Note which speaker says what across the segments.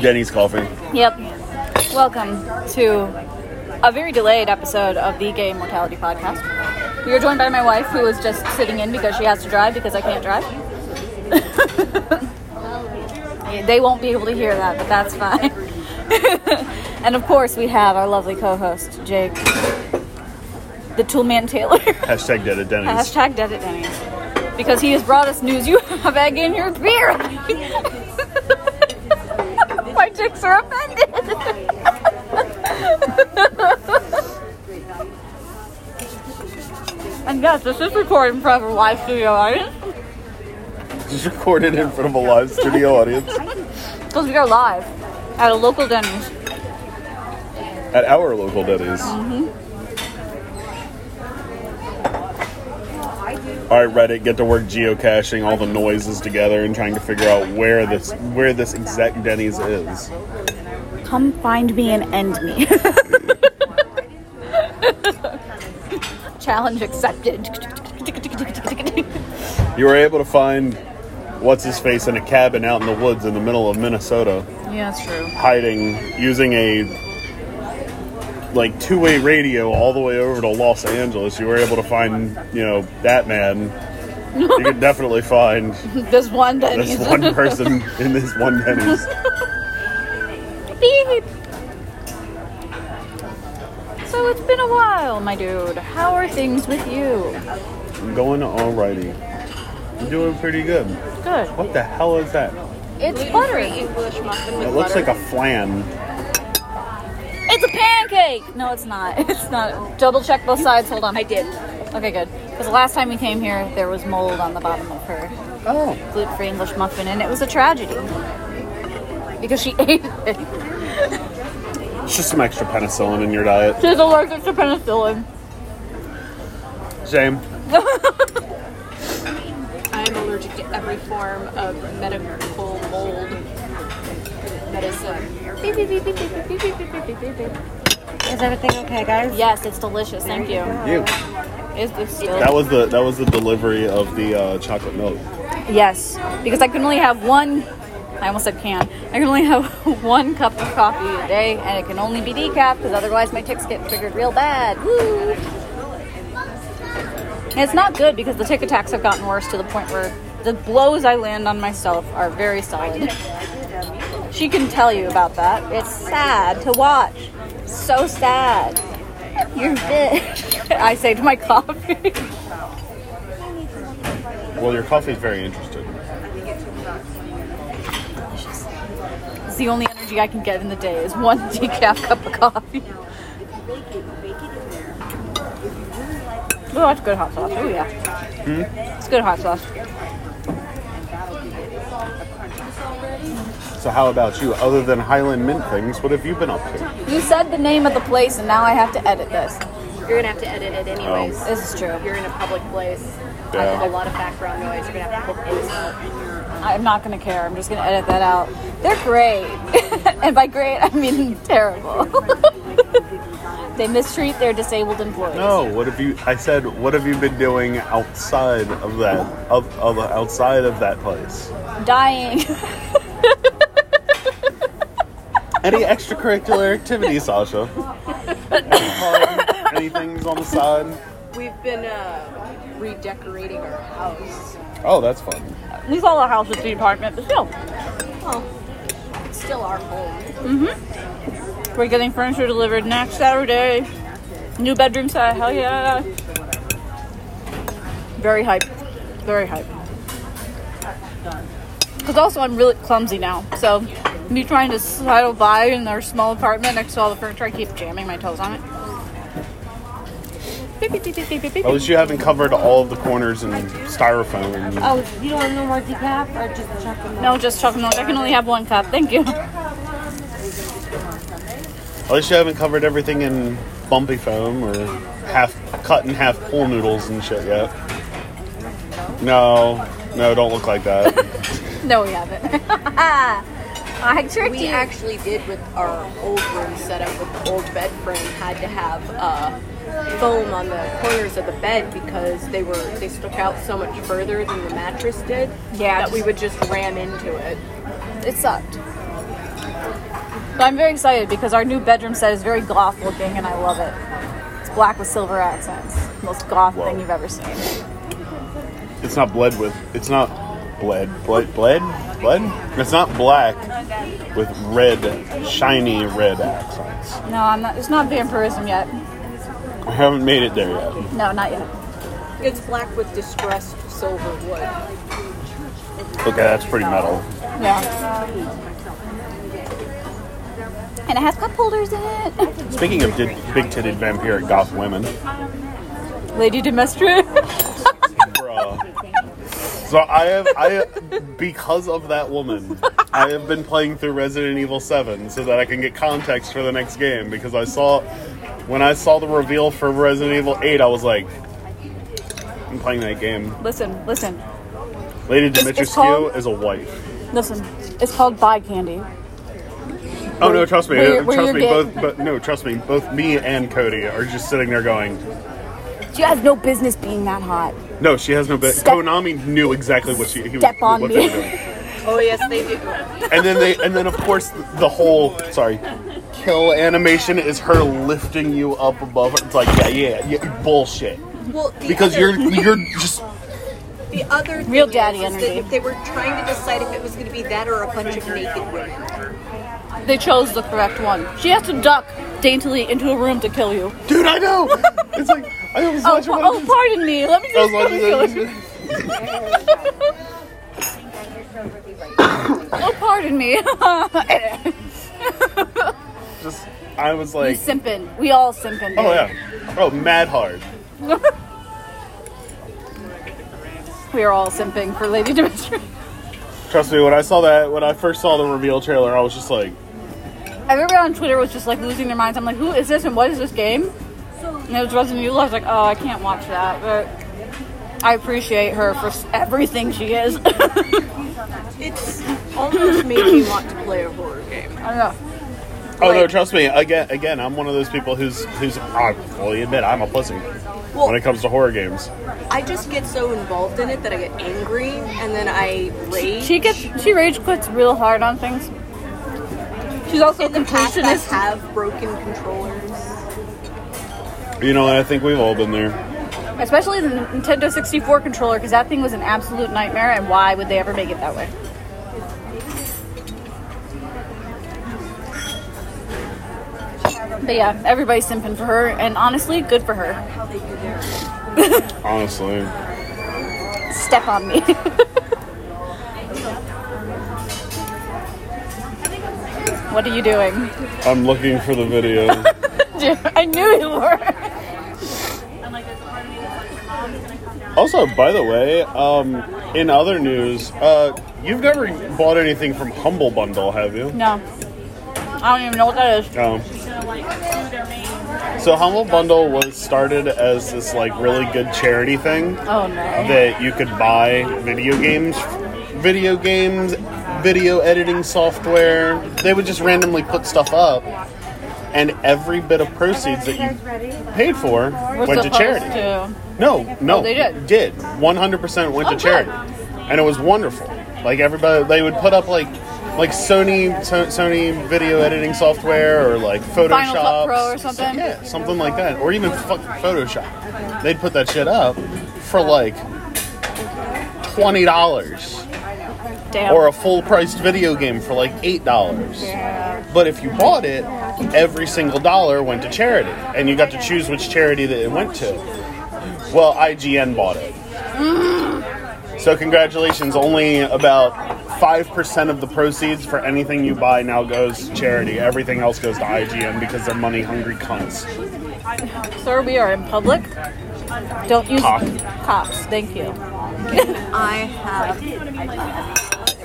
Speaker 1: Denny's coffee.
Speaker 2: Yep. Welcome to a very delayed episode of the Gay Mortality Podcast. We are joined by my wife, who is just sitting in because she has to drive because I can't drive. they won't be able to hear that, but that's fine. and of course, we have our lovely co-host Jake, the Toolman Taylor.
Speaker 1: Hashtag dead at Denny's.
Speaker 2: Hashtag dead at Denny's. Because he has brought us news you have egg in your beer. My chicks are offended. and yes, this is recorded in front of a live studio audience.
Speaker 1: Just recorded in front of a live studio audience
Speaker 2: Because we are live at a local Denny's.
Speaker 1: at our local Denny's. All right, Reddit, get to work geocaching all the noises together and trying to figure out where this where this exact Denny's is.
Speaker 2: Come find me and end me. Challenge accepted.
Speaker 1: You were able to find what's his face in a cabin out in the woods in the middle of Minnesota,
Speaker 2: yeah, that's true.
Speaker 1: hiding using a like two-way radio all the way over to Los Angeles. You were able to find, you know, that man. You could definitely find
Speaker 2: This one Denny's.
Speaker 1: this one person in this one Denny's.
Speaker 2: Beep. So it's been a while, my dude. How are things with you?
Speaker 1: I'm going alrighty. I'm doing pretty good.
Speaker 2: Good.
Speaker 1: What the hell is that?
Speaker 2: It's buttery.
Speaker 3: English muffin with
Speaker 1: It looks like
Speaker 3: butter.
Speaker 1: a flan.
Speaker 2: It's a pancake. No, it's not. It's not. Double check both sides. Hold on.
Speaker 3: I did.
Speaker 2: Okay, good. Because the last time we came here, there was mold on the bottom of her
Speaker 1: Oh.
Speaker 2: gluten-free English muffin, and it was a tragedy because she ate it.
Speaker 1: It's just some extra penicillin in your diet.
Speaker 2: She's allergic to penicillin.
Speaker 1: Shame.
Speaker 3: I am allergic to every form of medical mold medicine. Beep, beep, beep, beep, beep, beep, beep, beep, beep, beep, beep.
Speaker 4: Is everything okay, guys?
Speaker 2: Yes, it's delicious. Thank you.
Speaker 1: You.
Speaker 2: Is this still?
Speaker 1: That was the that was the delivery of the uh, chocolate milk.
Speaker 2: Yes, because I can only have one. I almost said can. I can only have one cup of coffee a day, and it can only be decaf because otherwise my ticks get triggered real bad. Woo! And It's not good because the tick attacks have gotten worse to the point where the blows I land on myself are very solid. She can tell you about that. It's sad to watch. So sad. You're bitch. I say to my coffee.
Speaker 1: Well, your coffee's very interesting.
Speaker 2: It's the only energy I can get in the day is one decaf cup of coffee. Oh, that's good hot sauce. Oh, yeah. It's good hot sauce.
Speaker 1: So how about you? Other than Highland Mint things, what have you been up to?
Speaker 2: You said the name of the place, and now I have to edit this.
Speaker 3: You're gonna have to edit it anyways.
Speaker 2: This is true.
Speaker 3: You're in a public place. Um, I
Speaker 1: Yeah.
Speaker 3: have a lot of background noise. You're gonna have to put this out.
Speaker 2: I'm not going to care. I'm just going to edit that out. They're great. and by great, I mean terrible. they mistreat their disabled employees.
Speaker 1: No, what have you? I said, what have you been doing outside of that of, of outside of that place?
Speaker 2: Dying.
Speaker 1: Any extracurricular activity, Sasha? Any fun? Any things on the side?
Speaker 3: We've been uh, redecorating our house.
Speaker 1: Oh, that's fun.
Speaker 2: We call our house a tea apartment, but still.
Speaker 3: Well, it's still our home.
Speaker 2: We're getting furniture delivered next Saturday. New bedroom set. Hell yeah. Very hype. Very hype. Because also I'm really clumsy now. So me trying to sidle by in our small apartment next to all the furniture, I keep jamming my toes on it. Beep, beep, beep, beep, beep, beep, beep.
Speaker 1: At least you haven't covered all of the corners in styrofoam. And
Speaker 4: Oh, you don't want no more decaf or just the chocolate milk?
Speaker 2: No, just chocolate milk. I can only have one cup. Thank you.
Speaker 1: at least you haven't covered everything in bumpy foam or half cut and half pool noodles and shit yet. No, no, don't look like that.
Speaker 2: No, we haven't. I tricked
Speaker 3: We
Speaker 2: you.
Speaker 3: actually did with our old room setup with the old bed frame had to have uh, foam on the corners of the bed because they were they stuck out so much further than the mattress did
Speaker 2: Yeah,
Speaker 3: that we
Speaker 2: just-
Speaker 3: would just ram into it.
Speaker 2: it sucked. So I'm very excited because our new bedroom set is very goth looking and I love it. It's black with silver accents. Most goth
Speaker 1: Whoa.
Speaker 2: thing you've ever seen.
Speaker 1: It's not bled with. It's not bled. Bled. Bled. Bled. It's not black with red, shiny red accents.
Speaker 2: No, I'm not. It's not vampirism yet.
Speaker 1: I haven't made it there yet.
Speaker 2: No, not yet.
Speaker 3: It's black with distressed silver wood.
Speaker 1: Okay, that's pretty metal.
Speaker 2: Yeah. And it has cup holders in it.
Speaker 1: Speaking of did, big-titted vampiric goth women,
Speaker 2: Lady Demestra.
Speaker 1: bruh. So I have, I because of that woman, I have been playing through Resident Evil Seven so that I can get context for the next game because I saw when I saw the reveal for Resident Evil Eight, I was like, I'm playing that game.
Speaker 2: listen, listen,
Speaker 1: Lady
Speaker 2: It's- it's
Speaker 1: Dimitrescu
Speaker 2: called-
Speaker 1: is a wife.
Speaker 2: listen. It's called Buy Candy.
Speaker 1: Oh no, trust me,
Speaker 2: Were you- were
Speaker 1: trust
Speaker 2: you
Speaker 1: me.
Speaker 2: gay?
Speaker 1: Both, but no, trust me. Both me and Cody are just sitting there going,
Speaker 2: You have no business being that hot.
Speaker 1: "No, she has no." Bit.
Speaker 2: Step-
Speaker 1: Konami knew exactly what she. He,
Speaker 2: Step on
Speaker 1: what
Speaker 2: me.
Speaker 1: They were doing.
Speaker 3: Oh yes, they do.
Speaker 1: and then they and then of course the whole sorry kill animation is her lifting you up above her. it's like yeah yeah yeah bullshit
Speaker 3: Well, the
Speaker 1: because
Speaker 3: other-
Speaker 1: you're you're just
Speaker 3: the other
Speaker 2: Real
Speaker 3: thing
Speaker 2: daddy
Speaker 3: is, is
Speaker 2: energy.
Speaker 3: That they were trying to decide if it was going to be that or a bunch of naked women.
Speaker 2: They chose the correct one. She has to duck daintily into a room to kill you.
Speaker 1: dude I know it's like I was
Speaker 2: Oh,
Speaker 1: watching
Speaker 2: pa- oh,
Speaker 1: one of these-
Speaker 2: pardon me. Let me
Speaker 1: I was
Speaker 2: just.
Speaker 1: watching
Speaker 2: kill
Speaker 1: those-
Speaker 2: you. Oh, pardon me. you
Speaker 1: just I was like
Speaker 2: simping. We all simping.
Speaker 1: oh
Speaker 2: babe.
Speaker 1: yeah oh mad hard
Speaker 2: We are all simping for Lady Dimitri.
Speaker 1: trust me when I saw that when I first saw the reveal trailer I was just like
Speaker 2: Everybody on Twitter was just like losing their minds. I'm like, who is this and what is this game? And it was Resident Evil. I was like, oh, I can't watch that. But I appreciate her for s- everything she is. I
Speaker 3: It's almost made me want to play a horror game.
Speaker 2: don't know.
Speaker 1: oh no
Speaker 3: Like-
Speaker 1: trust me again again I'm one of those people who's who's I fully admit I'm a pussy when
Speaker 3: Well,
Speaker 1: it comes to horror games
Speaker 3: I just get so involved in it that I get angry and then I rage.
Speaker 2: She gets she rage quits real hard on things. She's also a
Speaker 3: in the past I
Speaker 2: completionist.
Speaker 3: have broken controllers.
Speaker 1: you know and I think we've all been there
Speaker 2: Especially the Nintendo 64 controller, because that thing was an absolute nightmare, and why would they ever make it that way? But yeah, everybody's simping for her, and honestly, good for her.
Speaker 1: honestly.
Speaker 2: Step on me. what are you doing?
Speaker 1: I'm looking for the video.
Speaker 2: I knew you were.
Speaker 1: also, by the way, um, in other news, uh, you've never bought anything from Humble Bundle, have you?
Speaker 2: No. I don't even know what that is.
Speaker 1: No. So Humble Bundle was started as this like really good charity thing
Speaker 2: Oh no.
Speaker 1: that you could buy video games, video games, video editing software. They would just randomly put stuff up, and every bit of proceeds that you
Speaker 4: Ready?
Speaker 1: paid for
Speaker 2: We're
Speaker 1: went to
Speaker 2: supposed
Speaker 1: charity.
Speaker 2: to-
Speaker 1: No, no,
Speaker 2: Oh, they did?
Speaker 1: Did one hundred percent went
Speaker 2: Oh,
Speaker 1: to
Speaker 2: good.
Speaker 1: charity, and it was wonderful. Like everybody, they would put up like like Sony so, Sony video editing software or like Photoshop
Speaker 2: Final Cut Pro or something?
Speaker 1: yeah, something like that, or even fuck Photoshop. They'd put that shit up for like twenty dollars
Speaker 2: Damn.
Speaker 1: or a full priced video game for like eight dollars. But if you bought it, every single dollar went to charity, and you got to choose which charity that it went to. Well, IGN bought it. So congratulations! Only about five percent of the proceeds for anything you buy now goes to charity. Everything else goes to IGN because they're money hungry cunts.
Speaker 2: Sir, we are in public. Don't use
Speaker 1: Cock.
Speaker 2: cops. Thank you.
Speaker 3: I have.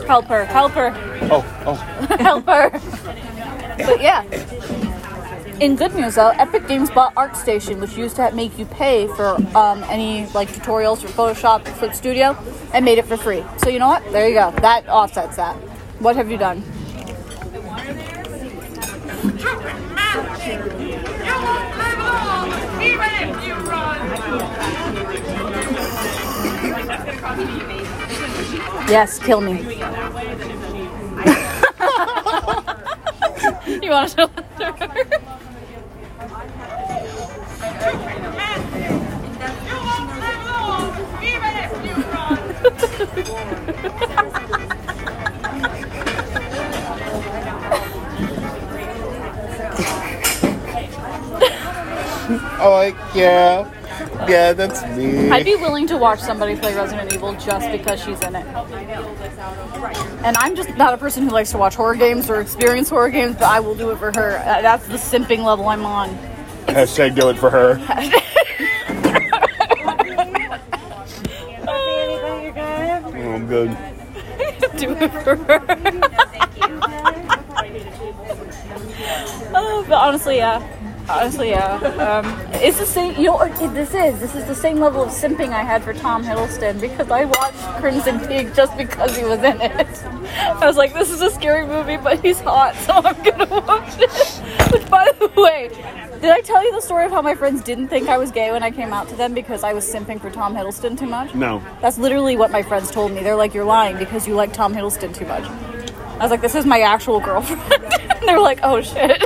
Speaker 2: Help her. Help her.
Speaker 1: Oh, oh,
Speaker 2: Help her. but yeah. In good news though, Epic Games bought ArtStation, which used to make you pay for um, any like tutorials for Photoshop, Clip Studio, and made it for free. So you know what? There you go. That offsets that. What have you done?
Speaker 5: You won't live long, even if you run.
Speaker 2: Yes, kill me. You want to show her?
Speaker 5: You won't live long, even if you run.
Speaker 1: Oh, like, yeah. Yeah, that's me.
Speaker 2: I'd be willing to watch somebody play Resident Evil just because she's in it. And I'm just not a person who likes to watch horror games or experience horror games, but I will do it for her. Uh, That's the simping level I'm on.
Speaker 1: Hashtag do it for her.
Speaker 4: Anybody good?
Speaker 1: Oh, I'm good.
Speaker 2: do it for her. oh, but honestly, yeah. Honestly, yeah. Um, it's the same. You know what this is? This is the same level of simping I had for Tom Hiddleston because I watched Crimson Peak just because he was in it. I was like, this is a scary movie, but he's hot, so I'm gonna watch it. Which, by the way, did I tell you the story of how my friends didn't think I was gay when I came out to them because I was simping for Tom Hiddleston too much?
Speaker 1: No.
Speaker 2: That's literally what my friends told me. They're like, "You're lying because you like Tom Hiddleston too much." I was like, "This is my actual girlfriend." and they're like, "Oh shit."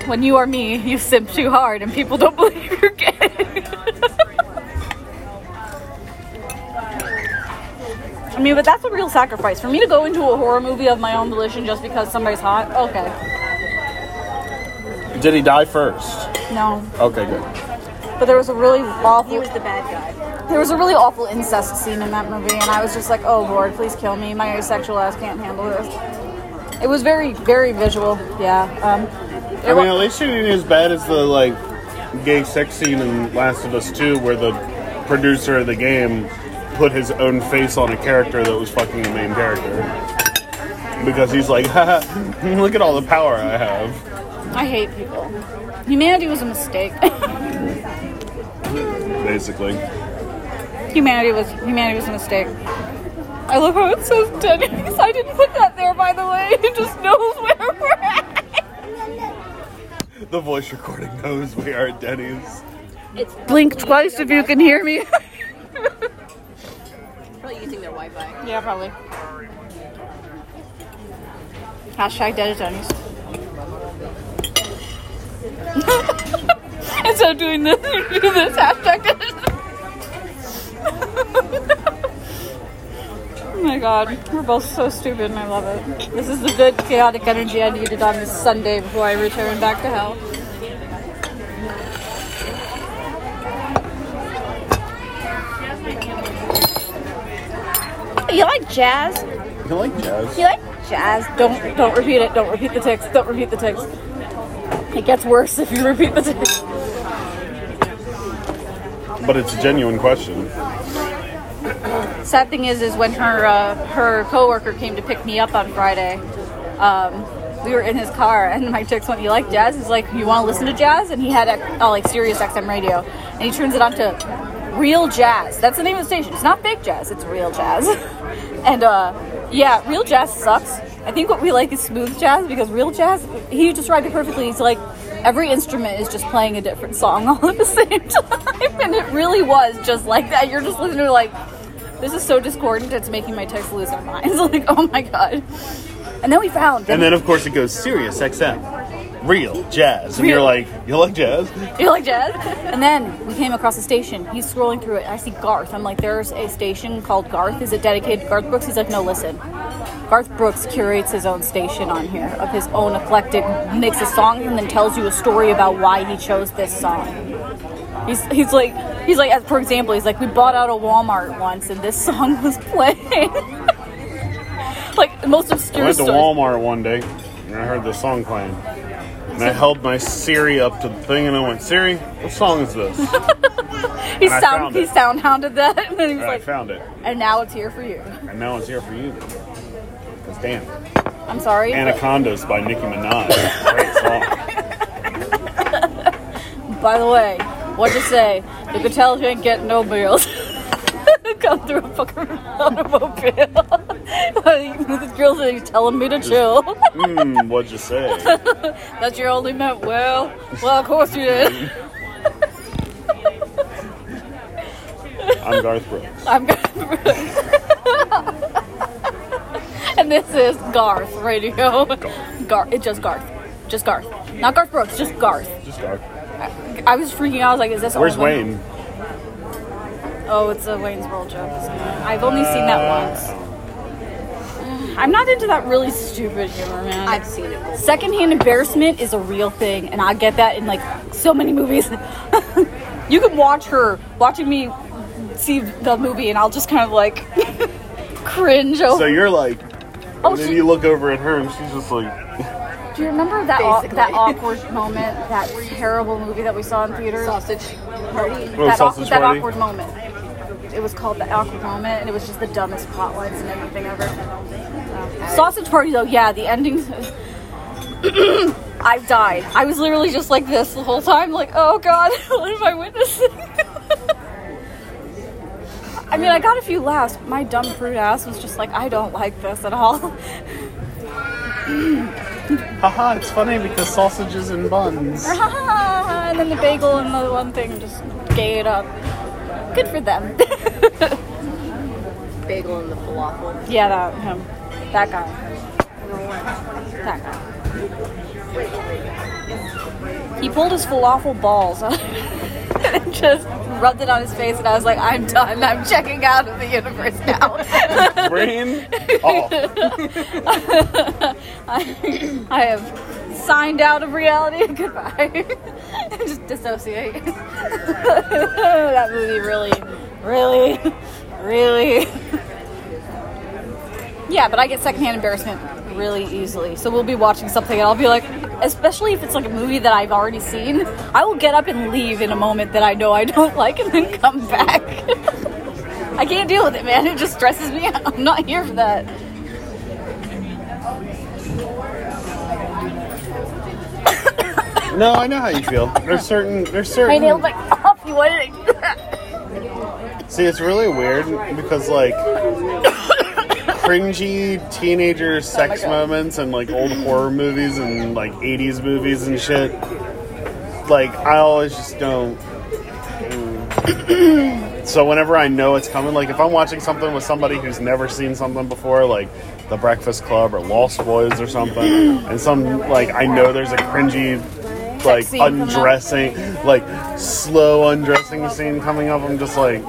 Speaker 2: when you are me, you simp too hard, and people don't believe you're gay. I mean, but that's a real sacrifice for me to go into a horror movie of my own volition just because somebody's hot. Okay,
Speaker 1: Did he die first?
Speaker 2: no.
Speaker 1: Okay, good.
Speaker 2: But there was a really awful.
Speaker 3: He was the bad guy.
Speaker 2: There was a really awful incest scene in that movie, and I was just like, oh lord, please kill me. My asexual ass can't handle this. It was very, very visual. Yeah. Um,
Speaker 1: I mean, at least it ain't as bad as the, like, gay sex scene in Last of Us 2 where the producer of the game put his own face on a character that was fucking the main character. Because he's like, haha, look at all the power I have.
Speaker 2: I hate people. Humanity was a mistake.
Speaker 1: Basically.
Speaker 2: humanity was humanity was a mistake. I love how it says Denny's. I didn't put that there, by the way. It just knows where we're at.
Speaker 1: The voice recording knows we are at Denny's.
Speaker 2: Blink twice if you can hear me.
Speaker 3: Probably using their Wi-Fi.
Speaker 2: yeah, probably. Hashtag dead at Denny's. Instead of doing this, you do this. Hashtag dead at Denny's. Oh my god, we're both so stupid and I love it. This is the good chaotic energy I needed on this Sunday before I return back to hell. You like jazz?
Speaker 1: You like jazz?
Speaker 2: You like jazz? Don't don't repeat it. Don't repeat the ticks. Don't repeat the ticks. It gets worse if you repeat the ticks.
Speaker 1: But it's a genuine question.
Speaker 2: Sad thing is, is when her uh, her coworker came to pick me up on Friday, um, we were in his car, and my ticks went, "You like jazz?" He's like, "You want to listen to jazz?" And he had a, uh, like Sirius XM radio, and he turns it on to real jazz. That's the name of the station. It's not fake jazz. It's real jazz. and uh, yeah, real jazz sucks. I think what we like is smooth jazz because real jazz. He described it perfectly. He's like. Every instrument is just playing a different song all at the same time, and it really was just like that. You're just listening to like this is so discordant, it's making my text lose their minds. like, oh my god. And then we found.
Speaker 1: And then, of course, it goes serious XM. Real jazz. And you're
Speaker 2: Real.
Speaker 1: like, you like jazz?
Speaker 2: you like jazz? And then we came across a station. He's scrolling through it. I see Garth. I'm like, there's a station called Garth. Is it dedicated to Garth Brooks? He's like, no, listen. Garth Brooks curates his own station on here of his own eclectic mix of songs and then tells you a story about why he chose this song. He's, he's like he's like as for example he's like we bought out a Walmart once and this song was playing like the most
Speaker 1: I
Speaker 2: obscure
Speaker 1: went to
Speaker 2: story.
Speaker 1: Walmart one day and I heard the song playing. And I held my Siri up to the thing and I went, Siri, what song is this? And
Speaker 2: He
Speaker 1: And I
Speaker 2: sound
Speaker 1: found
Speaker 2: he
Speaker 1: it.
Speaker 2: sound hounded that, and then he was
Speaker 1: I
Speaker 2: like,
Speaker 1: found it.
Speaker 2: and now it's here for you.
Speaker 1: And now it's here for you. Because damn.
Speaker 2: I'm sorry.
Speaker 1: Anacondas by Nicki Minaj. Great song.
Speaker 2: but By the way, what'd you say? You could tell you ain't getting no bills. Come through a fucking automobile. this girl's like, "You're telling me to chill.
Speaker 1: Mmm, what'd you say?
Speaker 2: that you only meant well. Well, of course you did.
Speaker 1: I'm Garth Brooks.
Speaker 2: I'm. and this is Garth radio. Garth. It's just Garth. Just Garth. Not Garth Brooks, just Garth.
Speaker 1: Just dark.
Speaker 2: I, I was freaking out. I was like, is this
Speaker 1: Where's
Speaker 2: all of them?
Speaker 1: Wayne?
Speaker 2: Oh, it's a Wayne's World joke. isn't it? I've only seen that once. I'm not into that really stupid humor, man.
Speaker 3: I've seen it. before.
Speaker 2: Secondhand embarrassment is a real thing, and I get that in like so many movies. you can watch her watching me see the movie, and I'll just kind of like cringe. Over.
Speaker 1: So you're like,
Speaker 2: oh,
Speaker 1: and then
Speaker 2: she-
Speaker 1: you look over at her and she's just like,
Speaker 2: do you remember that aw-
Speaker 3: Basically.
Speaker 2: that awkward moment, that terrible movie that we saw in theaters?
Speaker 3: sausage party.
Speaker 1: Oh,
Speaker 2: that,
Speaker 1: sausage
Speaker 2: awkward, that
Speaker 1: party.
Speaker 2: awkward moment. It was called the awkward moment, and it was just the dumbest plot lines and everything ever. Um, Sausage party, though, yeah, the ending. I died. I was literally just like this the whole time, like, oh god, what am I witnessing? I mean, I got a few laughs. But my dumb prude ass was just like, I don't like this at all.
Speaker 1: haha, it's funny because sausages and buns.
Speaker 2: and then the bagel and the one thing just gay it up. Good for them.
Speaker 3: Bagel and the falafel.
Speaker 2: Yeah, that him. That guy. That guy. He pulled his falafel balls out and just rubbed it on his face, and I was like, I'm done. I'm checking out of the universe now.
Speaker 1: Brain off.
Speaker 2: I, I have signed out of reality. Goodbye. just dissociate. that movie really, really, really. yeah, but I get secondhand embarrassment really easily. So we'll be watching something and I'll be like, especially if it's like a movie that I've already seen, I will get up and leave in a moment that I know I don't like and then come back. I can't deal with it, man. It just stresses me out. I'm not here for that.
Speaker 1: No, I know how you feel. There's certain, there's certain.
Speaker 2: My nailed my coffee. What did I do?
Speaker 1: See, it's really weird because like cringy
Speaker 2: Oh
Speaker 1: teenager sex moments and like old horror movies and like 80s movies and shit. Like I always just don't. Mm. so whenever I know it's coming, like if I'm watching something with somebody who's never seen something before, like The Breakfast Club or Lost Boys or something, and some like I know there's a cringy. Like
Speaker 2: scene coming up.
Speaker 1: undressing, like slow undressing scene coming up. I'm just like,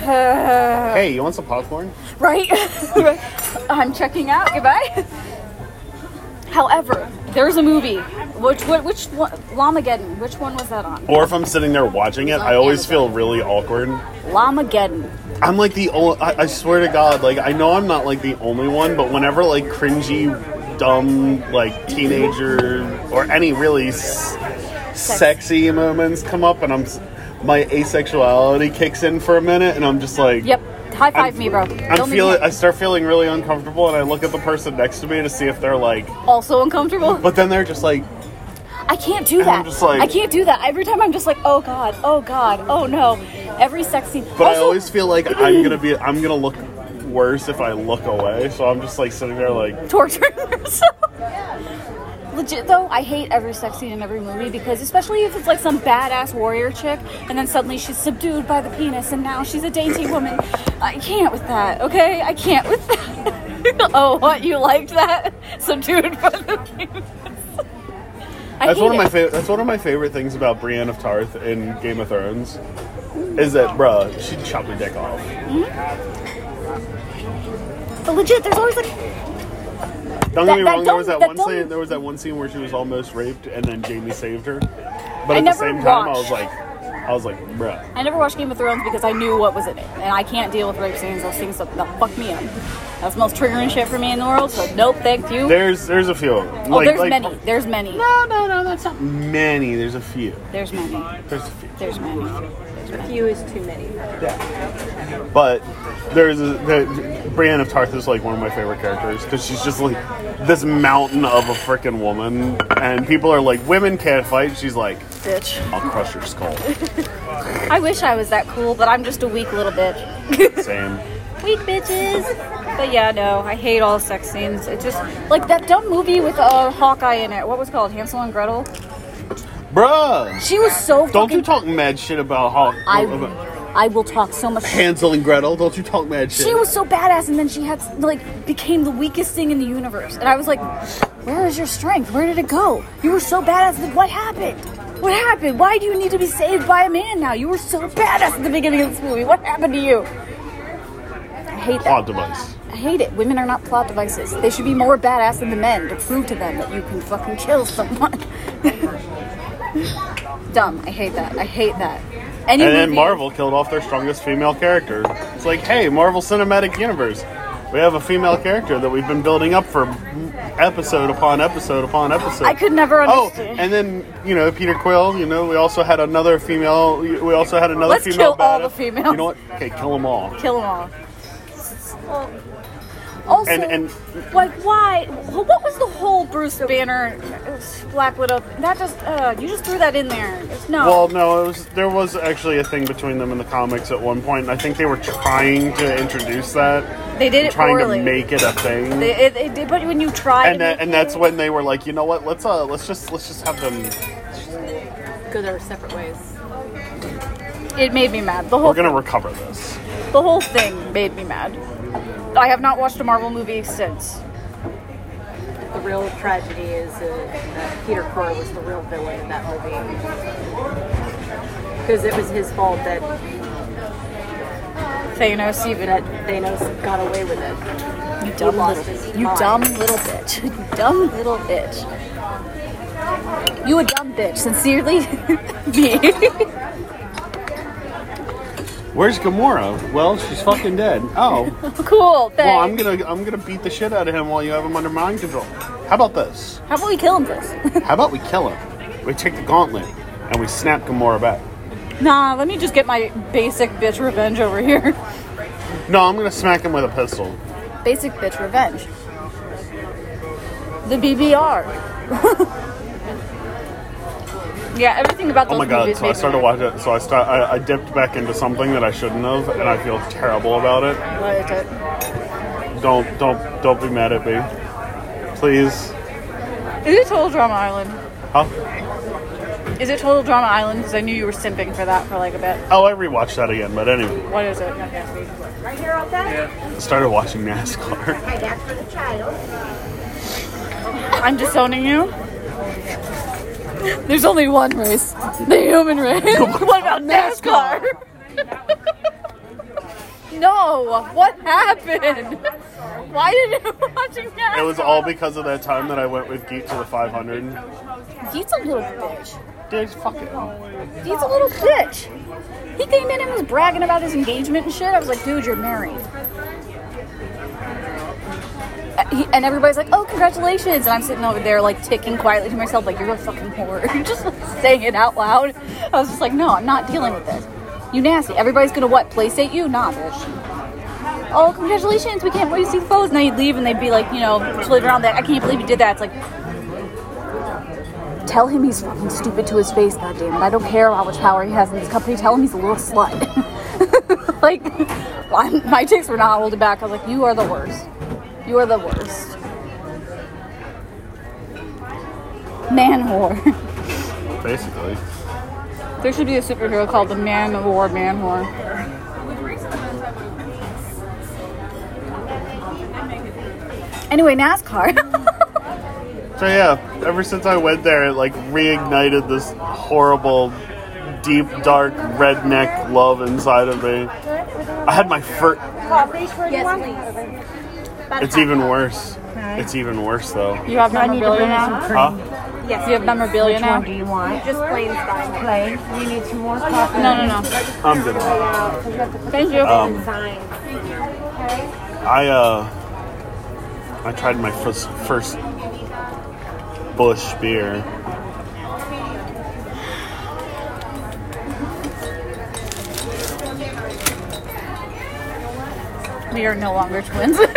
Speaker 1: Hey, you want some popcorn?
Speaker 2: Right? I'm checking out. Goodbye. However, there's a movie. Which which, which one? Lamageddon. Which one was that on?
Speaker 1: Or if I'm sitting there watching it, I always feel really awkward.
Speaker 2: Lamageddon.
Speaker 1: I'm like the only, I, I swear to God, like, I know I'm not like the only one, but whenever like cringy, dumb, like teenager or any really s- sexy moments come up and I'm, s- my asexuality kicks in for a minute and I'm just like,
Speaker 2: Yep. High five
Speaker 1: I'm-
Speaker 2: me, bro.
Speaker 1: I'm feeling, I start feeling really uncomfortable and I look at the person next to me to see if they're like,
Speaker 2: also uncomfortable.
Speaker 1: but then they're just like,
Speaker 2: I can't do
Speaker 1: And
Speaker 2: that.
Speaker 1: I'm just like-
Speaker 2: I can't do that. Every time I'm just like, oh god, oh god, oh no. Every sex scene.
Speaker 1: But I
Speaker 2: Also-
Speaker 1: always feel like I'm gonna be I'm gonna look worse if I look away. So I'm just like sitting there like
Speaker 2: torturing yourself. Legit though, I hate every sex scene in every movie because especially if it's like some badass warrior chick and then suddenly she's subdued by the penis and now she's a dainty woman. I can't with that, okay? I can't with that. oh, what you liked that? Subdued by the penis. I
Speaker 1: that's
Speaker 2: hate
Speaker 1: one of my
Speaker 2: it.
Speaker 1: favorite that's one of my favorite things about Brienne of Tarth in Game of Thrones is that bruh, she'd chop my dick off.
Speaker 2: But legit, there's always like
Speaker 1: Don't
Speaker 2: That-
Speaker 1: get me
Speaker 2: that
Speaker 1: wrong, there was that,
Speaker 2: don't- that
Speaker 1: one
Speaker 2: don't-
Speaker 1: scene there was that one scene where she was almost raped and then Jamie saved her. But
Speaker 2: I
Speaker 1: at the
Speaker 2: never
Speaker 1: same time I was
Speaker 2: watched.
Speaker 1: like I was like, bruh.
Speaker 2: I never watched Game of Thrones because I knew what was in it, and I can't deal with rape scenes. Those things that that fuck me up. That's the most triggering shit for me in the world. So nope, thank you.
Speaker 1: There's there's a few. Like,
Speaker 2: oh, there's
Speaker 1: like-
Speaker 2: many. There's many.
Speaker 1: No, no, no, that's not many. There's a few.
Speaker 2: There's many.
Speaker 1: There's a few.
Speaker 2: There's many.
Speaker 3: Few is too many.
Speaker 1: But there's a, the, Brienne of Tarth is like one of my favorite characters because she's just like this mountain of a freaking woman, and people are like, "Women can't fight." She's like,
Speaker 2: Bitch.
Speaker 1: "I'll crush your skull."
Speaker 2: I wish I was that cool, but I'm just a weak little bitch.
Speaker 1: Same.
Speaker 2: Weak bitches. But yeah, no, I hate all sex scenes. It just like that dumb movie with uh, Hawkeye in it. What was it called Hansel and Gretel?
Speaker 1: Bruh,
Speaker 2: She was so
Speaker 1: don't
Speaker 2: fucking.
Speaker 1: you talk mad shit about Hawk.
Speaker 2: I-
Speaker 1: about-
Speaker 2: I will talk so much.
Speaker 1: Hansel and Gretel, don't you talk mad shit.
Speaker 2: She was so badass, and then she had like became the weakest thing in the universe. And I was like, "Where is your strength? Where did it go? You were so badass. Like, what happened? What happened? Why do you need to be saved by a man now? You were so badass at the beginning of this movie. What happened to you?" I hate that.
Speaker 1: Plot device.
Speaker 2: I hate it. Women are not plot devices. They should be more badass than the men to prove to them that you can fucking kill someone. Dumb. I hate that. I hate that. Any
Speaker 1: And then
Speaker 2: movie-
Speaker 1: Marvel killed off their strongest female character. It's like, hey, Marvel Cinematic Universe. We have a female character that we've been building up for episode upon episode upon episode.
Speaker 2: I could never
Speaker 1: Oh,
Speaker 2: understand.
Speaker 1: and then you know Peter Quill. You know we also had another female. We also had another
Speaker 2: Let's
Speaker 1: female.
Speaker 2: kill all
Speaker 1: badass.
Speaker 2: the females.
Speaker 1: You know what? Okay, kill them all.
Speaker 2: kill them all. Also,
Speaker 1: And- and-
Speaker 2: like, why? wh- What was the whole Bruce Banner, uh, Black Widow? That just uh, you just threw that in there. It's- No,
Speaker 1: Well, no, it was, there was actually a thing between them in the comics at one point. and I think they were trying to introduce that,
Speaker 2: they did it
Speaker 1: trying
Speaker 2: poorly.
Speaker 1: to make it a thing.
Speaker 2: They- it- it did- but when you try,
Speaker 1: and
Speaker 2: to
Speaker 1: that,
Speaker 2: make-
Speaker 1: and that's when they were like, you know what? Let's uh, let's just let's just have them.
Speaker 3: Go their separate ways.
Speaker 2: it made me mad. The whole
Speaker 1: We're gonna recover this.
Speaker 2: the whole thing made me mad. I have not watched a Marvel movie since.
Speaker 3: The real tragedy is uh, that Peter Core was the real villain in that movie. Because it was his fault that,
Speaker 2: Thanos, even
Speaker 3: that Thanos got away with it.
Speaker 2: You dumb
Speaker 3: lost
Speaker 2: little,
Speaker 3: his
Speaker 2: you
Speaker 3: mind.
Speaker 2: dumb little bitch. You dumb little bitch. You a dumb bitch. Sincerely, me.
Speaker 1: Where's Gamora? Well, she's fucking dead. Oh,
Speaker 2: cool. Thanks.
Speaker 1: well, I'm gonna I'm gonna beat the shit out of him while you have him under mind control. How about this?
Speaker 2: How about we kill him first?
Speaker 1: How about we kill him? We take the gauntlet and we snap Gamora back.
Speaker 2: nah, let me just get my basic bitch revenge over here.
Speaker 1: No, I'm gonna smack him with a pistol.
Speaker 2: Basic bitch revenge. The BBR. yeah, everything about those
Speaker 1: Oh my god!
Speaker 2: movies
Speaker 1: So I
Speaker 2: made me
Speaker 1: started
Speaker 2: mad.
Speaker 1: watching. it- So I start. I, I dipped back into something that I shouldn't have, and I feel terrible about it.
Speaker 2: What is it?
Speaker 1: Don't don't don't be mad at me, please.
Speaker 2: Is it Total Drama Island?
Speaker 1: Huh?
Speaker 2: Is it Total Drama Island? Because I knew you were simping for that for like a bit.
Speaker 1: Oh, I rewatched that again. But anyway,
Speaker 2: What is it?
Speaker 1: I started watching NASCAR.
Speaker 2: I'm disowning you. There's only one race, the human race. what about NASCAR? no, what happened? Why did you watching NASCAR?
Speaker 1: It was all because of that time that I went with Geek to the 500.
Speaker 2: He's a little bitch.
Speaker 1: Dude, fuck it.
Speaker 2: He's a little bitch. He came in and was bragging about his engagement and shit. I was like, dude, you're married. Uh, he- And everybody's like, oh, congratulations. And I'm sitting over there, like, ticking quietly to myself, like, you're a fucking whore. just like, saying it out loud. I was just like, no, I'm not dealing with this. You nasty. Everybody's gonna what? Playstate you? Nah, bitch. Oh, congratulations. We can't wait to see the photos. And then you'd leave and they'd be like, you know, floating around that. I can't believe you did that. It's like, Tell him he's fucking stupid to his face, goddammit. I don't care how much power he has in this company. Tell him he's a little slut. like, i my chicks were not holding back. I was like, you are the worst. You are the worst. Man whore.
Speaker 1: Basically,
Speaker 2: there should be a superhero called the Man Whore, Man Whore. Anyway, NASCAR.
Speaker 1: so yeah. Ever since I went there, it like reignited this horrible, deep, dark redneck love inside of me. I had my first. It's even worse. It's even worse though.
Speaker 2: you have
Speaker 4: I need to
Speaker 2: memorabilia
Speaker 4: bring you some
Speaker 2: now?
Speaker 1: Huh?
Speaker 2: Yes. You have memorabilia
Speaker 4: Which
Speaker 2: now?
Speaker 4: one do you want?
Speaker 3: Just plain style.
Speaker 4: Play. You need some more coffee.
Speaker 2: No, no, no.
Speaker 1: I'm good. Um,
Speaker 2: Thank you.
Speaker 4: Sign.
Speaker 1: I uh, I tried my first first Bush beer.
Speaker 2: We are no longer twins.
Speaker 3: Thank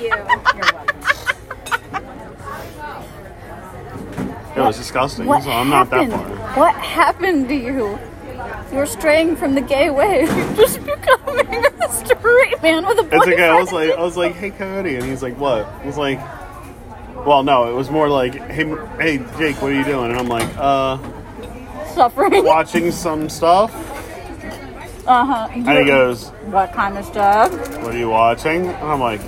Speaker 3: you.
Speaker 1: It was disgusting.
Speaker 2: what
Speaker 1: so I'm not
Speaker 2: happened?
Speaker 1: that far.
Speaker 2: What happened to you? You were straying from the gay way. You're just becoming a straight man with a
Speaker 1: It's
Speaker 2: boyfriend.
Speaker 1: okay. I was like, I was like, hey, Coyote, and he's like, what? I was like, well, no, it was more like, hey, M- hey, Jake, what are you doing? And I'm like, uh,
Speaker 2: suffering.
Speaker 1: watching some stuff.
Speaker 2: Uh huh.
Speaker 1: And he goes,
Speaker 2: What kind of stuff?
Speaker 1: What are you watching? And I'm like,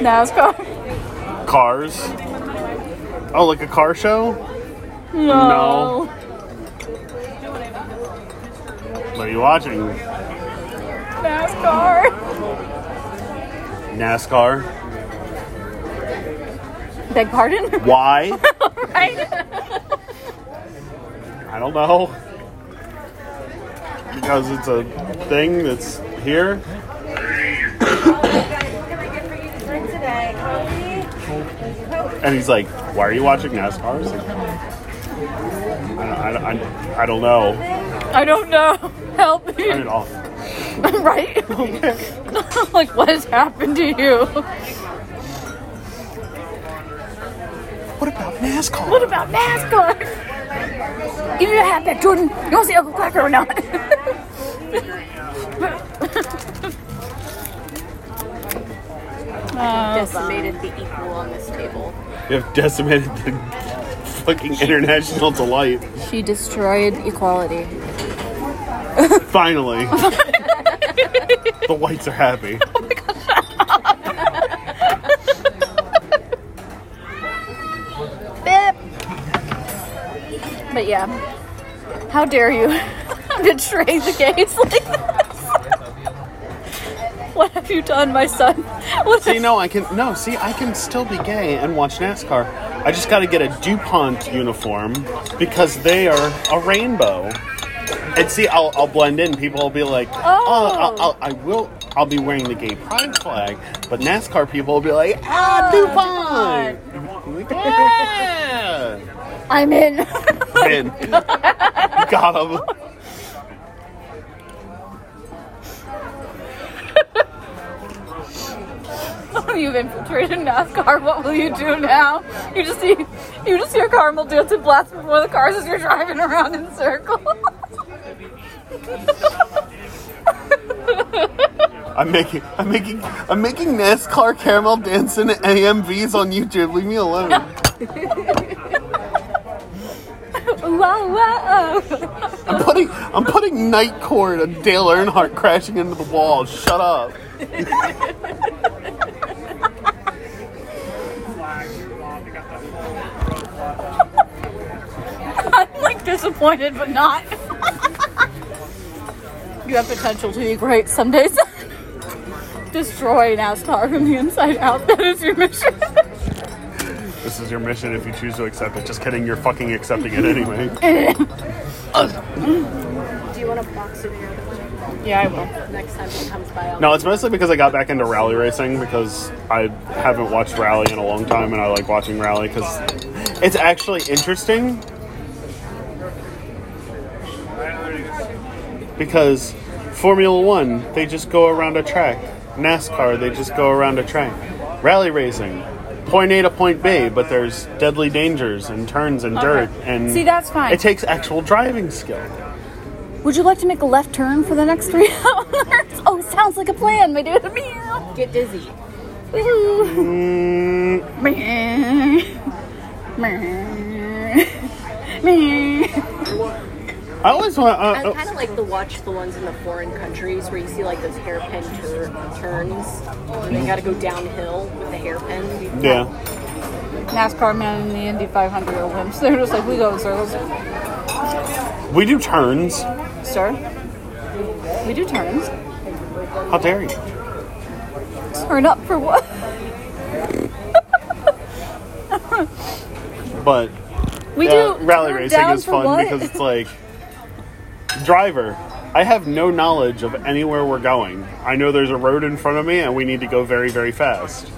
Speaker 2: NASCAR.
Speaker 1: Cars. Oh, like a car show? No. What are you watching?
Speaker 2: NASCAR.
Speaker 1: NASCAR.
Speaker 2: Beg pardon?
Speaker 1: Why?
Speaker 2: right?
Speaker 1: I don't know. Because it's a thing that's here. And he's like, "Why are you watching NASCAR?" I was like, I, don't- I, don't- I, I don't know.
Speaker 2: I don't know. Help
Speaker 1: Turn
Speaker 2: me.
Speaker 1: it off.
Speaker 2: right? like, what has happened to you?
Speaker 1: What about NASCAR?
Speaker 2: What about NASCAR? Give me your hat back, Jordan. You want to see Uncle Quacker or not?
Speaker 3: decimated the equal on this table.
Speaker 1: You have decimated the fucking international delight.
Speaker 2: She destroyed equality.
Speaker 1: Finally. the whites are happy.
Speaker 2: But yeah, how dare you betray the gays like this? what have you done, my son? What
Speaker 1: See, no, I can no. See, I can still be gay and watch NASCAR. I just got to get a Dupont uniform because they are a rainbow. And see, I'll, I'll blend in. People will be like, "Oh, I'll, I'll, I will." I'll be wearing the gay pride flag, but NASCAR people will be like, "Ah, Dupont!" I'm like, yeah,
Speaker 2: I'm in.
Speaker 1: man, you got 'em.
Speaker 2: You've infiltrated NASCAR. What will you do now? You just see, you just hear Carmel dancing blast from one of the cars as you're driving around in circles.
Speaker 1: I'm making, I'm making, I'm making NASCAR caramel dancing AMVs on YouTube. Leave me alone.
Speaker 2: Whoa, whoa!
Speaker 1: I'm putting I'm putting night court on Dale Earnhardt crashing into the wall. Shut up.
Speaker 2: I'm like disappointed, but not. you have potential to be great some days. Destroy NASCAR from the inside out. That is your mission.
Speaker 1: This is your mission if you choose to accept it. Just kidding, you're fucking accepting it anyway.
Speaker 3: Do you want a box of your
Speaker 2: Yeah, I will.
Speaker 3: next time he comes by? I'll-
Speaker 1: No, it's mostly because I got back into rally racing because I haven't watched rally in a long time and I like watching rally because it's actually interesting. Because Formula One, they just go around a track. NASCAR, they just go around a track. Rally racing, point A to point B, but there's deadly dangers and turns and dirt and
Speaker 2: See, that's fine.
Speaker 1: It takes actual driving skill.
Speaker 2: Would you like to make a left turn for the next three hours? Oh, sounds like a plan, my dude. Meow.
Speaker 3: Get dizzy.
Speaker 2: Woohoo.
Speaker 1: Mm,
Speaker 2: Meow. Meow. Meow.
Speaker 1: I always want.
Speaker 3: I
Speaker 1: Uh,
Speaker 3: kind of like to watch the ones in the foreign countries where you see like those hairpin tur- turns. And they gotta go downhill with the hairpin.
Speaker 1: yeah.
Speaker 2: NASCAR man in the Indy 500 are wimps. They're just like, we go in circles.
Speaker 1: We do turns.
Speaker 2: Sir, we do turns.
Speaker 1: How dare you?
Speaker 2: Turn up for what?
Speaker 1: But
Speaker 2: We
Speaker 1: yeah,
Speaker 2: do.
Speaker 1: rally
Speaker 2: turn
Speaker 1: racing
Speaker 2: down
Speaker 1: is
Speaker 2: for
Speaker 1: fun
Speaker 2: what?
Speaker 1: because it's like driver. I have no knowledge of anywhere we're going. I know there's a road in front of me and we need to go very, very fast.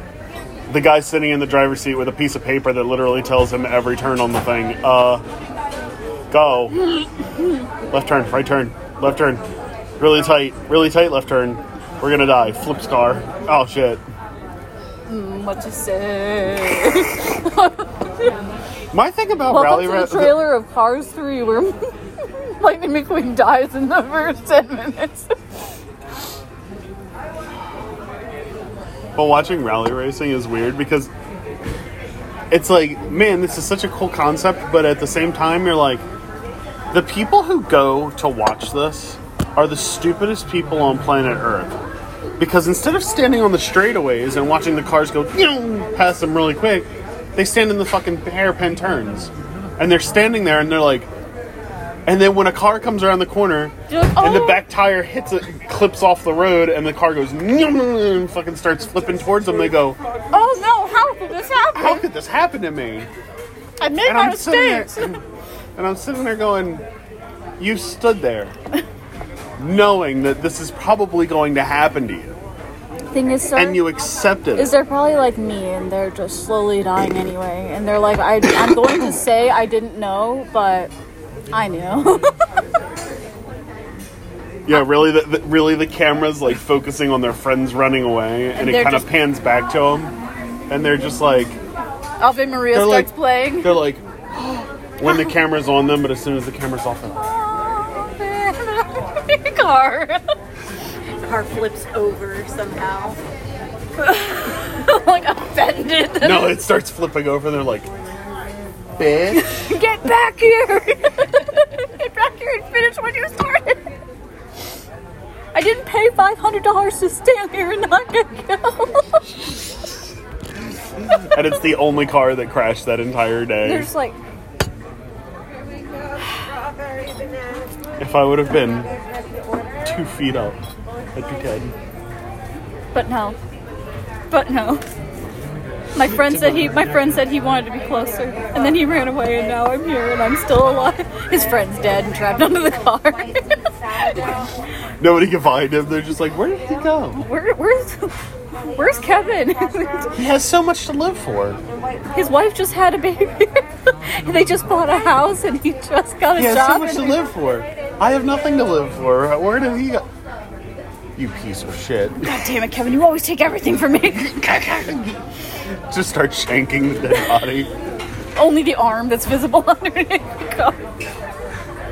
Speaker 1: The guy sitting in the driver's seat with a piece of paper that literally tells him every turn on the thing. Uh, go. left turn, right turn, left turn. Really tight, really tight left turn. We're gonna die. Flips car. Oh shit.
Speaker 2: What you say?
Speaker 1: My thing about
Speaker 2: Welcome
Speaker 1: rally
Speaker 2: to the
Speaker 1: racing.
Speaker 2: trailer of Cars 3 where Lightning McQueen dies in the first 10 minutes.
Speaker 1: But watching rally racing is weird because it's like, man, this is such a cool concept, but at the same time, you're like, The people who go to watch this are the stupidest people on planet Earth. Because instead of standing on the straightaways and watching the cars go "Yoom," past them really quick, they stand in the fucking hairpin turns. And they're standing there and they're like, and then when a car comes around the corner
Speaker 2: You're like,
Speaker 1: and the
Speaker 2: "Oh."
Speaker 1: back tire hits it, clips off the road, and the car goes "Yoom," and fucking starts flipping towards them, they go,
Speaker 2: Oh no, how did this happen?
Speaker 1: How could this happen to me?
Speaker 2: I made
Speaker 1: and
Speaker 2: my
Speaker 1: I'm sitting there,
Speaker 2: mistakes.
Speaker 1: and, and I'm sitting there going, you stood there, knowing that this is probably going to happen to you,
Speaker 2: Thing is, sir,
Speaker 1: and you accepted
Speaker 2: is
Speaker 1: it.
Speaker 2: they're probably like me and they're just slowly dying anyway. And they're like, I, I'm going to say I didn't know, but I knew.
Speaker 1: Yeah, really. The, the, really, the camera's like focusing on their friends running away, and, it
Speaker 2: they're
Speaker 1: kind of
Speaker 2: just-
Speaker 1: pans back to them, and they're just like,
Speaker 2: Ave Maria
Speaker 1: They're
Speaker 2: starts
Speaker 1: like-
Speaker 2: playing.
Speaker 1: they're like, when the camera's on them, but as soon as the camera's off, they're like,
Speaker 2: car.
Speaker 3: Car flips over somehow.
Speaker 2: like offended.
Speaker 1: no, it starts flipping over, and they're like, bitch.
Speaker 2: Get back here! Get back here and finish what you started. I didn't pay five hundred dollars to stand here and not get killed.
Speaker 1: and it's the only car that crashed that entire day.
Speaker 2: They're just like,
Speaker 1: If I would have been two feet up, I'd be dead.
Speaker 2: but no, but no. My friend said he. My friend said he wanted to be closer, and then he ran away, and now I'm here, and I'm still alive. His friend's dead and trapped under the car.
Speaker 1: Nobody can find him. They're just like, where did he go?
Speaker 2: Where, where's, where's Kevin?
Speaker 1: He has so much to live for.
Speaker 2: His wife just had a baby. they just bought a house, and he just got a
Speaker 1: He has
Speaker 2: job.
Speaker 1: so much
Speaker 2: and
Speaker 1: to live for. I have nothing to live for. Where did he go? You piece of shit.
Speaker 2: God damn it, Kevin, you always take everything from me.
Speaker 1: Just start shanking the dead body.
Speaker 2: Only the arm that's visible underneath the car.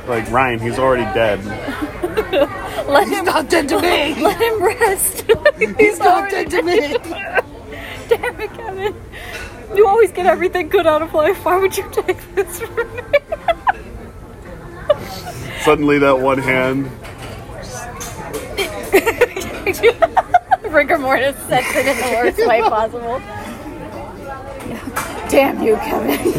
Speaker 1: Like, Ryan, he's already dead.
Speaker 2: Let him
Speaker 1: Not dead to me!
Speaker 2: let him rest. He's,
Speaker 1: Not
Speaker 2: already-
Speaker 1: dead to me!
Speaker 2: Damn it, Kevin. You always get everything good out of life. Why would you take this from me?
Speaker 1: Suddenly, that one hand.
Speaker 2: Rigor mortis sets it in the worst way possible. Damn you, Kevin.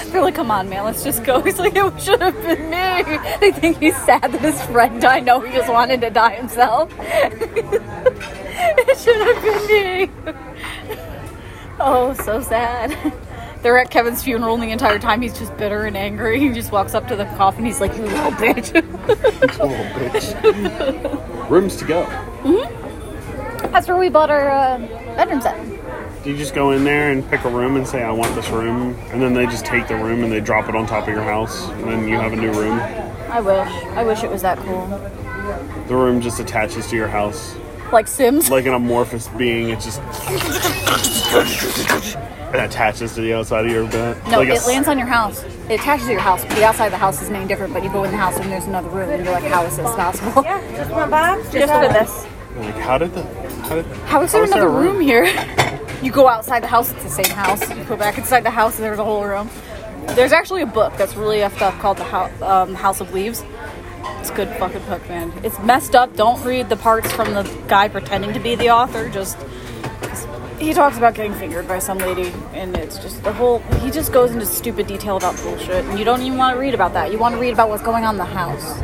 Speaker 2: They're like, come on, man, let's just go. He's like, it should have been me. They think he's sad that his friend died. No, he just wanted to die himself. it should have been me. Oh, so sad. They're at Kevin's funeral, and the entire time he's just bitter and angry. He just walks up to the coffin. He's like, "You little bitch."
Speaker 1: Oh, bitch. Rooms to go.
Speaker 2: That's where we bought our uh, bedroom set.
Speaker 1: Do you just go in there and pick a room and say, I want this room? And then they just take the room and they drop it on top of your house. And then you have a new room.
Speaker 2: I wish. I wish it was that cool.
Speaker 1: The room just attaches to your house.
Speaker 2: Like Sims.
Speaker 1: Like an amorphous being, it just. It attaches to the outside of your bed.
Speaker 2: no,
Speaker 1: like a
Speaker 2: it
Speaker 1: s-
Speaker 2: lands on your house. It attaches to your house. The outside of the house is named different, but you go in the house and there's another room, and you're like, how is this possible?
Speaker 4: Yeah, just one box.
Speaker 2: Just for this.
Speaker 1: Like, how did the. How did,
Speaker 2: How is there
Speaker 1: how
Speaker 2: another room? here? You go outside the house, it's the same house. You go back inside the house, and there's a whole room. There's actually a book that's really effed up called The Hou- um, House of Leaves. It's a good fucking book, man. It's messed up. Don't read the parts from the guy pretending to be the author. Just he talks about getting fingered by some lady, and it's just the whole. He just goes into stupid detail about bullshit, and you don't even want to read about that. You want to read about what's going on in the house.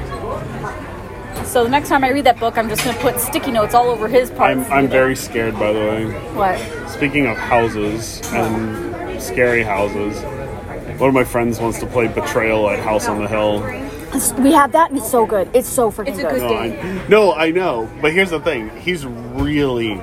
Speaker 2: So the next time I read that book, I'm just gonna put sticky notes all over his parts.
Speaker 1: I'm, I'm very scared, by the way.
Speaker 2: what?
Speaker 1: Speaking of houses and scary houses, one of my friends wants to play Betrayal at House on the Hill.
Speaker 2: We have that, and it's so good. It's so freaking
Speaker 3: It's a
Speaker 2: good.
Speaker 3: good-
Speaker 1: No, I, no, I know. But here's the thing: he's really,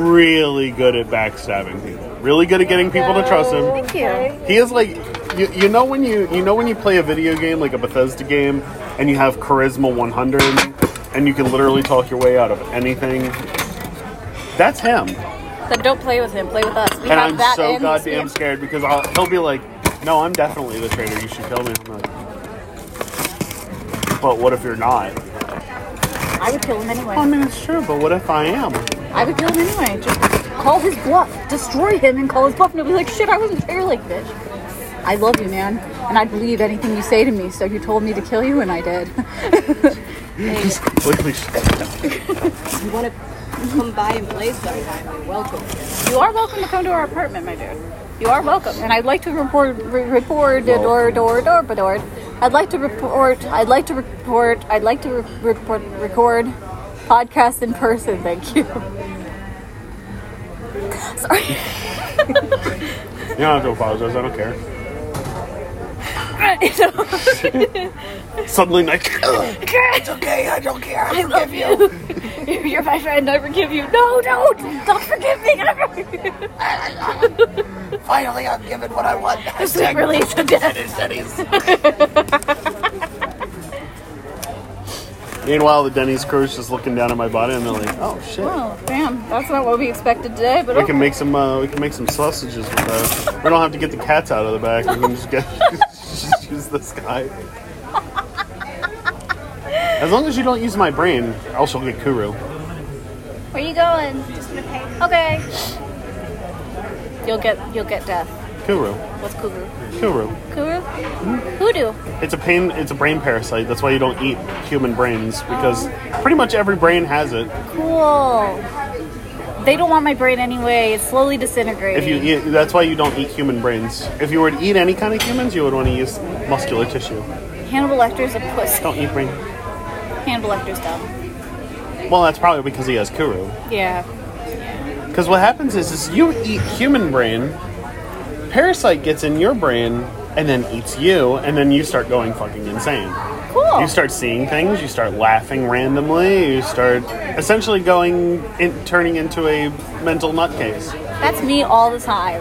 Speaker 1: really good at backstabbing people. Really good at getting people to trust him.
Speaker 2: Thank
Speaker 1: He is like, you, you know when you you know when you play a video game like a Bethesda game, and you have charisma 100, and you can literally talk your way out of anything. That's him,
Speaker 2: Then don't play with him. Play with us. We
Speaker 1: and
Speaker 2: have
Speaker 1: I'm
Speaker 2: that
Speaker 1: so
Speaker 2: and
Speaker 1: goddamn
Speaker 2: Sam-
Speaker 1: scared because I'll, he'll be like, "No, I'm definitely the traitor. You should kill me." I'm like, "But what if you're not?"
Speaker 2: I would kill him anyway.
Speaker 1: I mean, it's true, but what if I am?
Speaker 2: I would kill him anyway. Just call his bluff. Destroy him and call his bluff. And he'll be like, shit, I wasn't fair like bitch. I love you, man, and I believe anything you say to me. So you told me to kill you, and I did.
Speaker 1: Look at these-
Speaker 3: You want to come by and play sometime? You're welcome.
Speaker 2: you are welcome to come to our apartment, my dude. You are welcome, and I'd like to report, re- report, door, door, door, door. I'd like to report. I'd like to report. I'd like to re- report, record podcast in person. Thank you. Sorry.
Speaker 1: You don't have to apologize. I don't care. Suddenly, like,
Speaker 2: it's okay. I don't care. I, love you. You're my friend. I forgive you. No, don't. Don't forgive me. I forgive you.
Speaker 6: Finally, I'm given what I want.
Speaker 2: This is really so dead.
Speaker 1: meanwhile, the Denny's crew's just looking down at my body, and they're like, "Oh shit,
Speaker 2: Oh, damn. That's not what we expected today, but
Speaker 1: we can make some. Uh, we can make some sausages with that. We don't have to get the cats out of the bag. We can just get just use this guy. As long as you don't use my brain, I'll still get Kuru.
Speaker 2: Where you going? Okay. You'll get you'll get death.
Speaker 1: Kuru,
Speaker 2: What's kuru?
Speaker 1: Kuru.
Speaker 2: Kuru? Hmm? Hoodoo.
Speaker 1: It's a pain. It's a brain parasite. That's why you don't eat human brains because pretty much every brain has it.
Speaker 2: Cool. They don't want my brain anyway. It's slowly disintegrating.
Speaker 1: If you eat, that's why you don't eat human brains. If you were to eat any kind of humans, you would want to use muscular tissue.
Speaker 2: Hannibal Lecter's a puss.
Speaker 1: Don't eat brain.
Speaker 2: Hannibal Lecter's dumb.
Speaker 1: Well, that's probably because he has kuru.
Speaker 2: Yeah.
Speaker 1: Because what happens is, is you eat human brain, parasite gets in your brain and then eats you, and then you start going fucking insane.
Speaker 2: Cool.
Speaker 1: You start seeing things. You start laughing randomly. You start essentially going, in, turning into a mental nutcase.
Speaker 2: That's me all the time.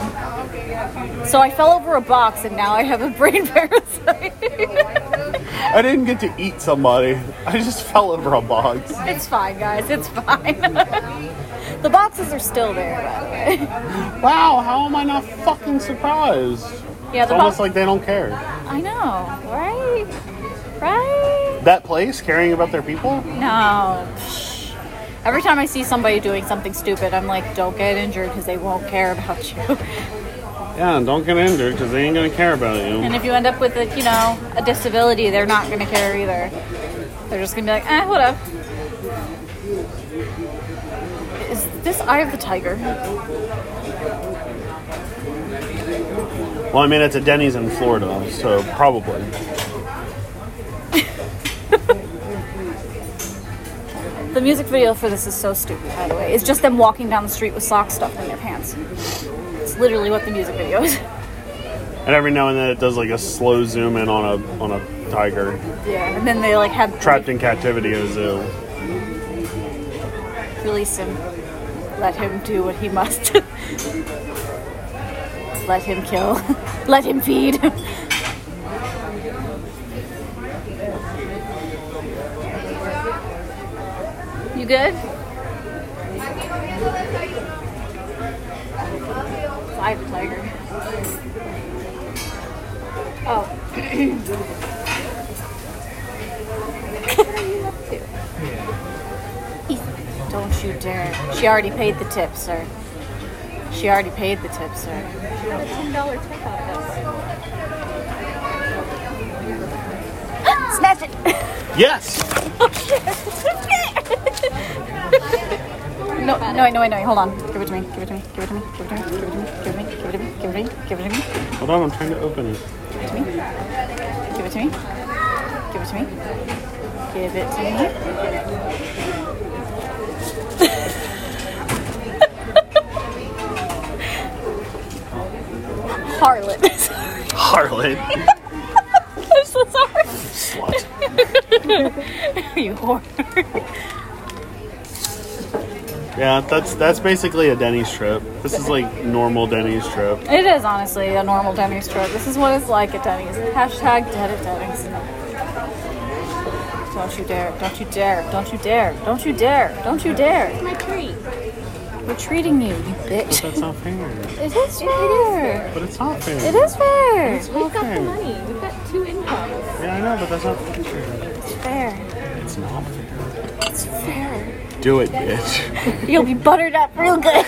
Speaker 2: So I fell over a box and now I have a brain parasite.
Speaker 1: I didn't get to eat somebody. I just fell over a box.
Speaker 2: it's fine, guys. It's fine. the boxes are still there, by the way.
Speaker 1: Wow, how am I not fucking surprised?
Speaker 2: Yeah,
Speaker 1: It's
Speaker 2: the
Speaker 1: almost
Speaker 2: box.
Speaker 1: like they don't care.
Speaker 2: I know, right? Right?
Speaker 1: That place caring about their people?
Speaker 2: No. Psh. Every time I see somebody doing something stupid, I'm like, don't get injured because they won't care about you.
Speaker 1: Yeah, don't get injured because they ain't gonna care about you.
Speaker 2: And if you end up with, like, you know, a disability, they're not going to care either. They're just going to be like, eh, whatever. Is this Eye of the Tiger?
Speaker 1: Well, I mean, it's a Denny's in Florida, so probably.
Speaker 2: The music video for this is so stupid, by the way. It's just them walking down the street with socks stuffed in their pants. It's literally what the music video is.
Speaker 1: And every now and then it does like a slow zoom in on a on a tiger
Speaker 2: Yeah. And then they like have
Speaker 1: trapped in captivity at a zoo.
Speaker 2: release him. Let him do what he must. Let him kill. Let him feed. you good? Five tiger. Oh. what are you up to? Don't you dare. She already paid the tip, sir. She already paid the tip, sir. Snatch it!
Speaker 1: Yes.
Speaker 2: No, no, wait, no, wait, no, wait, hold on. Give it to me, give it to me, give it to me, give it to me, give it to me, give it to me, give it to me, give it to me,
Speaker 1: Hold on, I'm trying to open it.
Speaker 2: give it to me, give it to me, give it to me, give it to me. Harlot.
Speaker 1: Harlot.
Speaker 2: I'm so sorry.
Speaker 1: Slut.
Speaker 2: you whore.
Speaker 1: Yeah, that's that's basically a Denny's trip. This is like normal Denny's trip.
Speaker 2: It is honestly a normal Denny's trip. This is what it's like at Denny's. Hashtag dead at Denny's. Don't you dare, don't you dare, don't you dare, don't you dare, don't you dare. My treat. We're treating you, you bitch.
Speaker 1: That's not fair.
Speaker 2: It is fair.
Speaker 1: But it's not fair.
Speaker 2: It is fair.
Speaker 1: It's not fair.
Speaker 3: Money. We've got two incomes.
Speaker 1: Yeah, I know, but that's not fair.
Speaker 2: It's fair.
Speaker 1: It's not fair.
Speaker 2: It's fair.
Speaker 1: Do it, bitch.
Speaker 2: You'll be buttered up real good.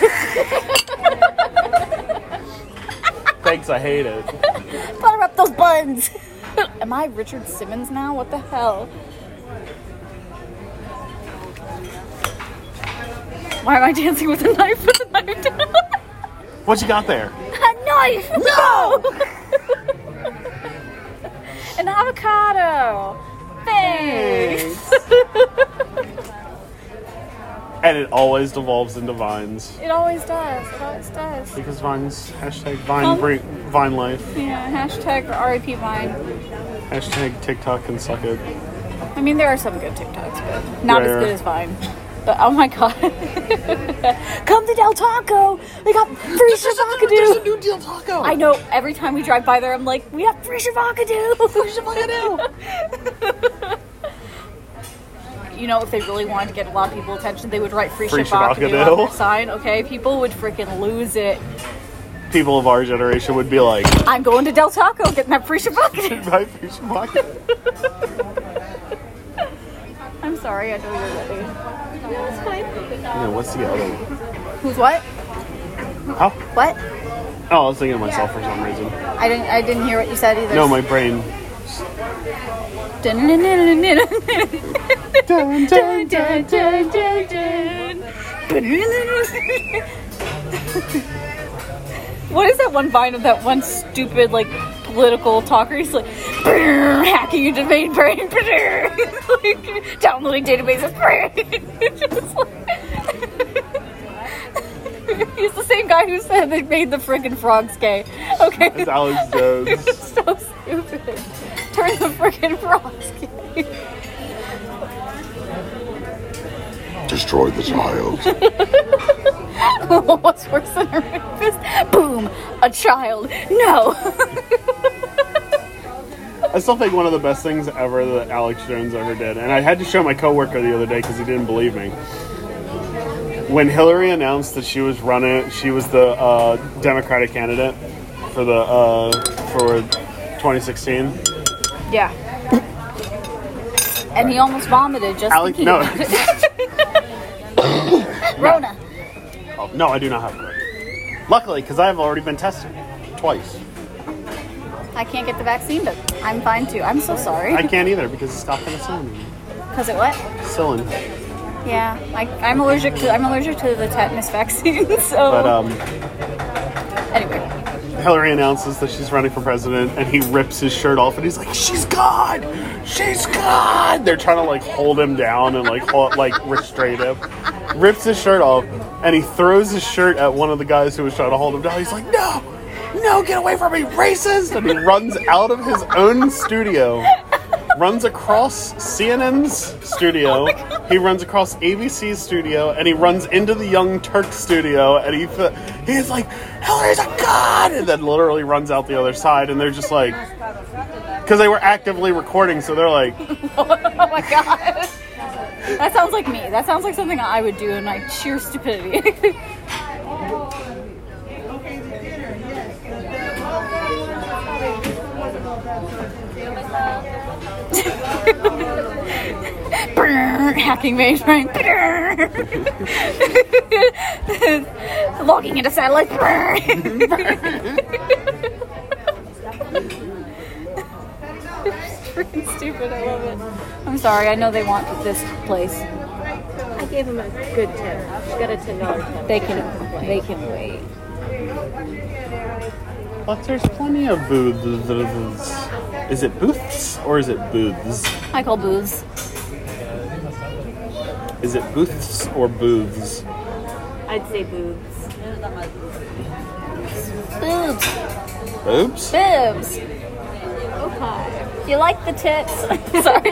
Speaker 1: Thanks, I hate it.
Speaker 2: Butter those buns. Am I Richard Simmons now? What the hell? Why am I dancing with a knife with a knife down?
Speaker 1: What you got there?
Speaker 2: a knife! No! An avocado! Thanks!
Speaker 1: And it always devolves into vines
Speaker 2: It always does. It always does.
Speaker 1: because vines hashtag vine
Speaker 2: Um.
Speaker 1: bring, vine life
Speaker 2: Yeah, hashtag RIP Vine.
Speaker 1: hashtag TikTok and suck it.
Speaker 2: I mean, there are some good TikToks, but not
Speaker 1: Rare.
Speaker 2: as good as Vine. But oh my god. Come to Del Taco! They got free
Speaker 1: There's a
Speaker 2: shavakadu!
Speaker 1: new deal taco.
Speaker 2: I know every time we drive by there, I'm like, we have free shavakadu! Free You know, if they really wanted to get a lot of people attention, they would write free,
Speaker 1: Free
Speaker 2: shavakadu
Speaker 1: Shavakadu.
Speaker 2: on their sign, okay? People would freaking lose it.
Speaker 1: People of our generation would be like,
Speaker 2: I'm going to Del Taco getting that free shavakadu!
Speaker 1: buy free shabaka.
Speaker 2: I'm sorry, I know you're ready.
Speaker 1: Yeah, what's the other one?
Speaker 2: Who's what?
Speaker 1: Huh?
Speaker 2: What?
Speaker 1: Oh, I was thinking of myself for some reason.
Speaker 2: I didn't I didn't hear what you said either.
Speaker 1: No, my brain. Dun, dun, dun, dun, dun, dun.
Speaker 2: what is that one vine of that one stupid like political talker? He's like hacking your domain brain, like downloading databases. It's just like- He's the same guy who said they made the friggin' frogs gay. Okay,
Speaker 1: It's Alex Jones.
Speaker 2: it's so stupid. Turn the friggin' frogs gay.
Speaker 6: destroy the child.
Speaker 2: What's worse than a rapist? Boom! A child. No!
Speaker 1: I still think one of the best things ever that Alex Jones ever did, and I had to show my coworker the other day because he didn't believe me. When Hillary announced that she was running, she was the uh, Democratic candidate for the uh, for 2016.
Speaker 2: Yeah. And he almost vomited just
Speaker 1: Alex,
Speaker 2: thinking
Speaker 1: no,
Speaker 2: about it. Rona.
Speaker 1: Oh, no, I do not have COVID. Luckily, because I've already been tested twice.
Speaker 2: I can't get the vaccine, but I'm fine too. I'm so
Speaker 1: I
Speaker 2: sorry.
Speaker 1: can't either because it's got penicillin.
Speaker 2: Because it what?
Speaker 1: Penicillin,
Speaker 2: Yeah. Like I'm allergic to I'm allergic to the tetanus vaccine. So
Speaker 1: but um.
Speaker 2: anyway.
Speaker 1: Hillary announces that she's running for president, and he rips his shirt off, and he's like, "She's God, she's God." They're trying to like hold him down and like hold, like restrain him. Rips his shirt off, and he throws his shirt at one of the guys who was trying to hold him down. He's like, "No, no, get away from me, racist!" And he runs out of his own studio, runs across CNN's studio. he runs across ABC's studio, and he runs into the Young Turk studio, and he th- he's like, "Hillary's a god!" And then literally runs out the other side, and they're just like, because they were actively recording, so they're like,
Speaker 2: Oh my god. That sounds like me. That sounds like something I would do in my sheer stupidity. Hacking mainframe. Logging into satellite. freaking stupid. I love it. I'm sorry. I know they want this place.
Speaker 3: I gave him a good tip. She got a ten dollar tip.
Speaker 2: They can. They can wait.
Speaker 1: "But there's plenty of booths. Is it booths or is it booths?
Speaker 2: I call booths.
Speaker 1: Is it booths or booths?"
Speaker 4: I'd say boobs.
Speaker 2: Boobs.
Speaker 1: Oops.
Speaker 2: Boobs. You like the tits. Sorry.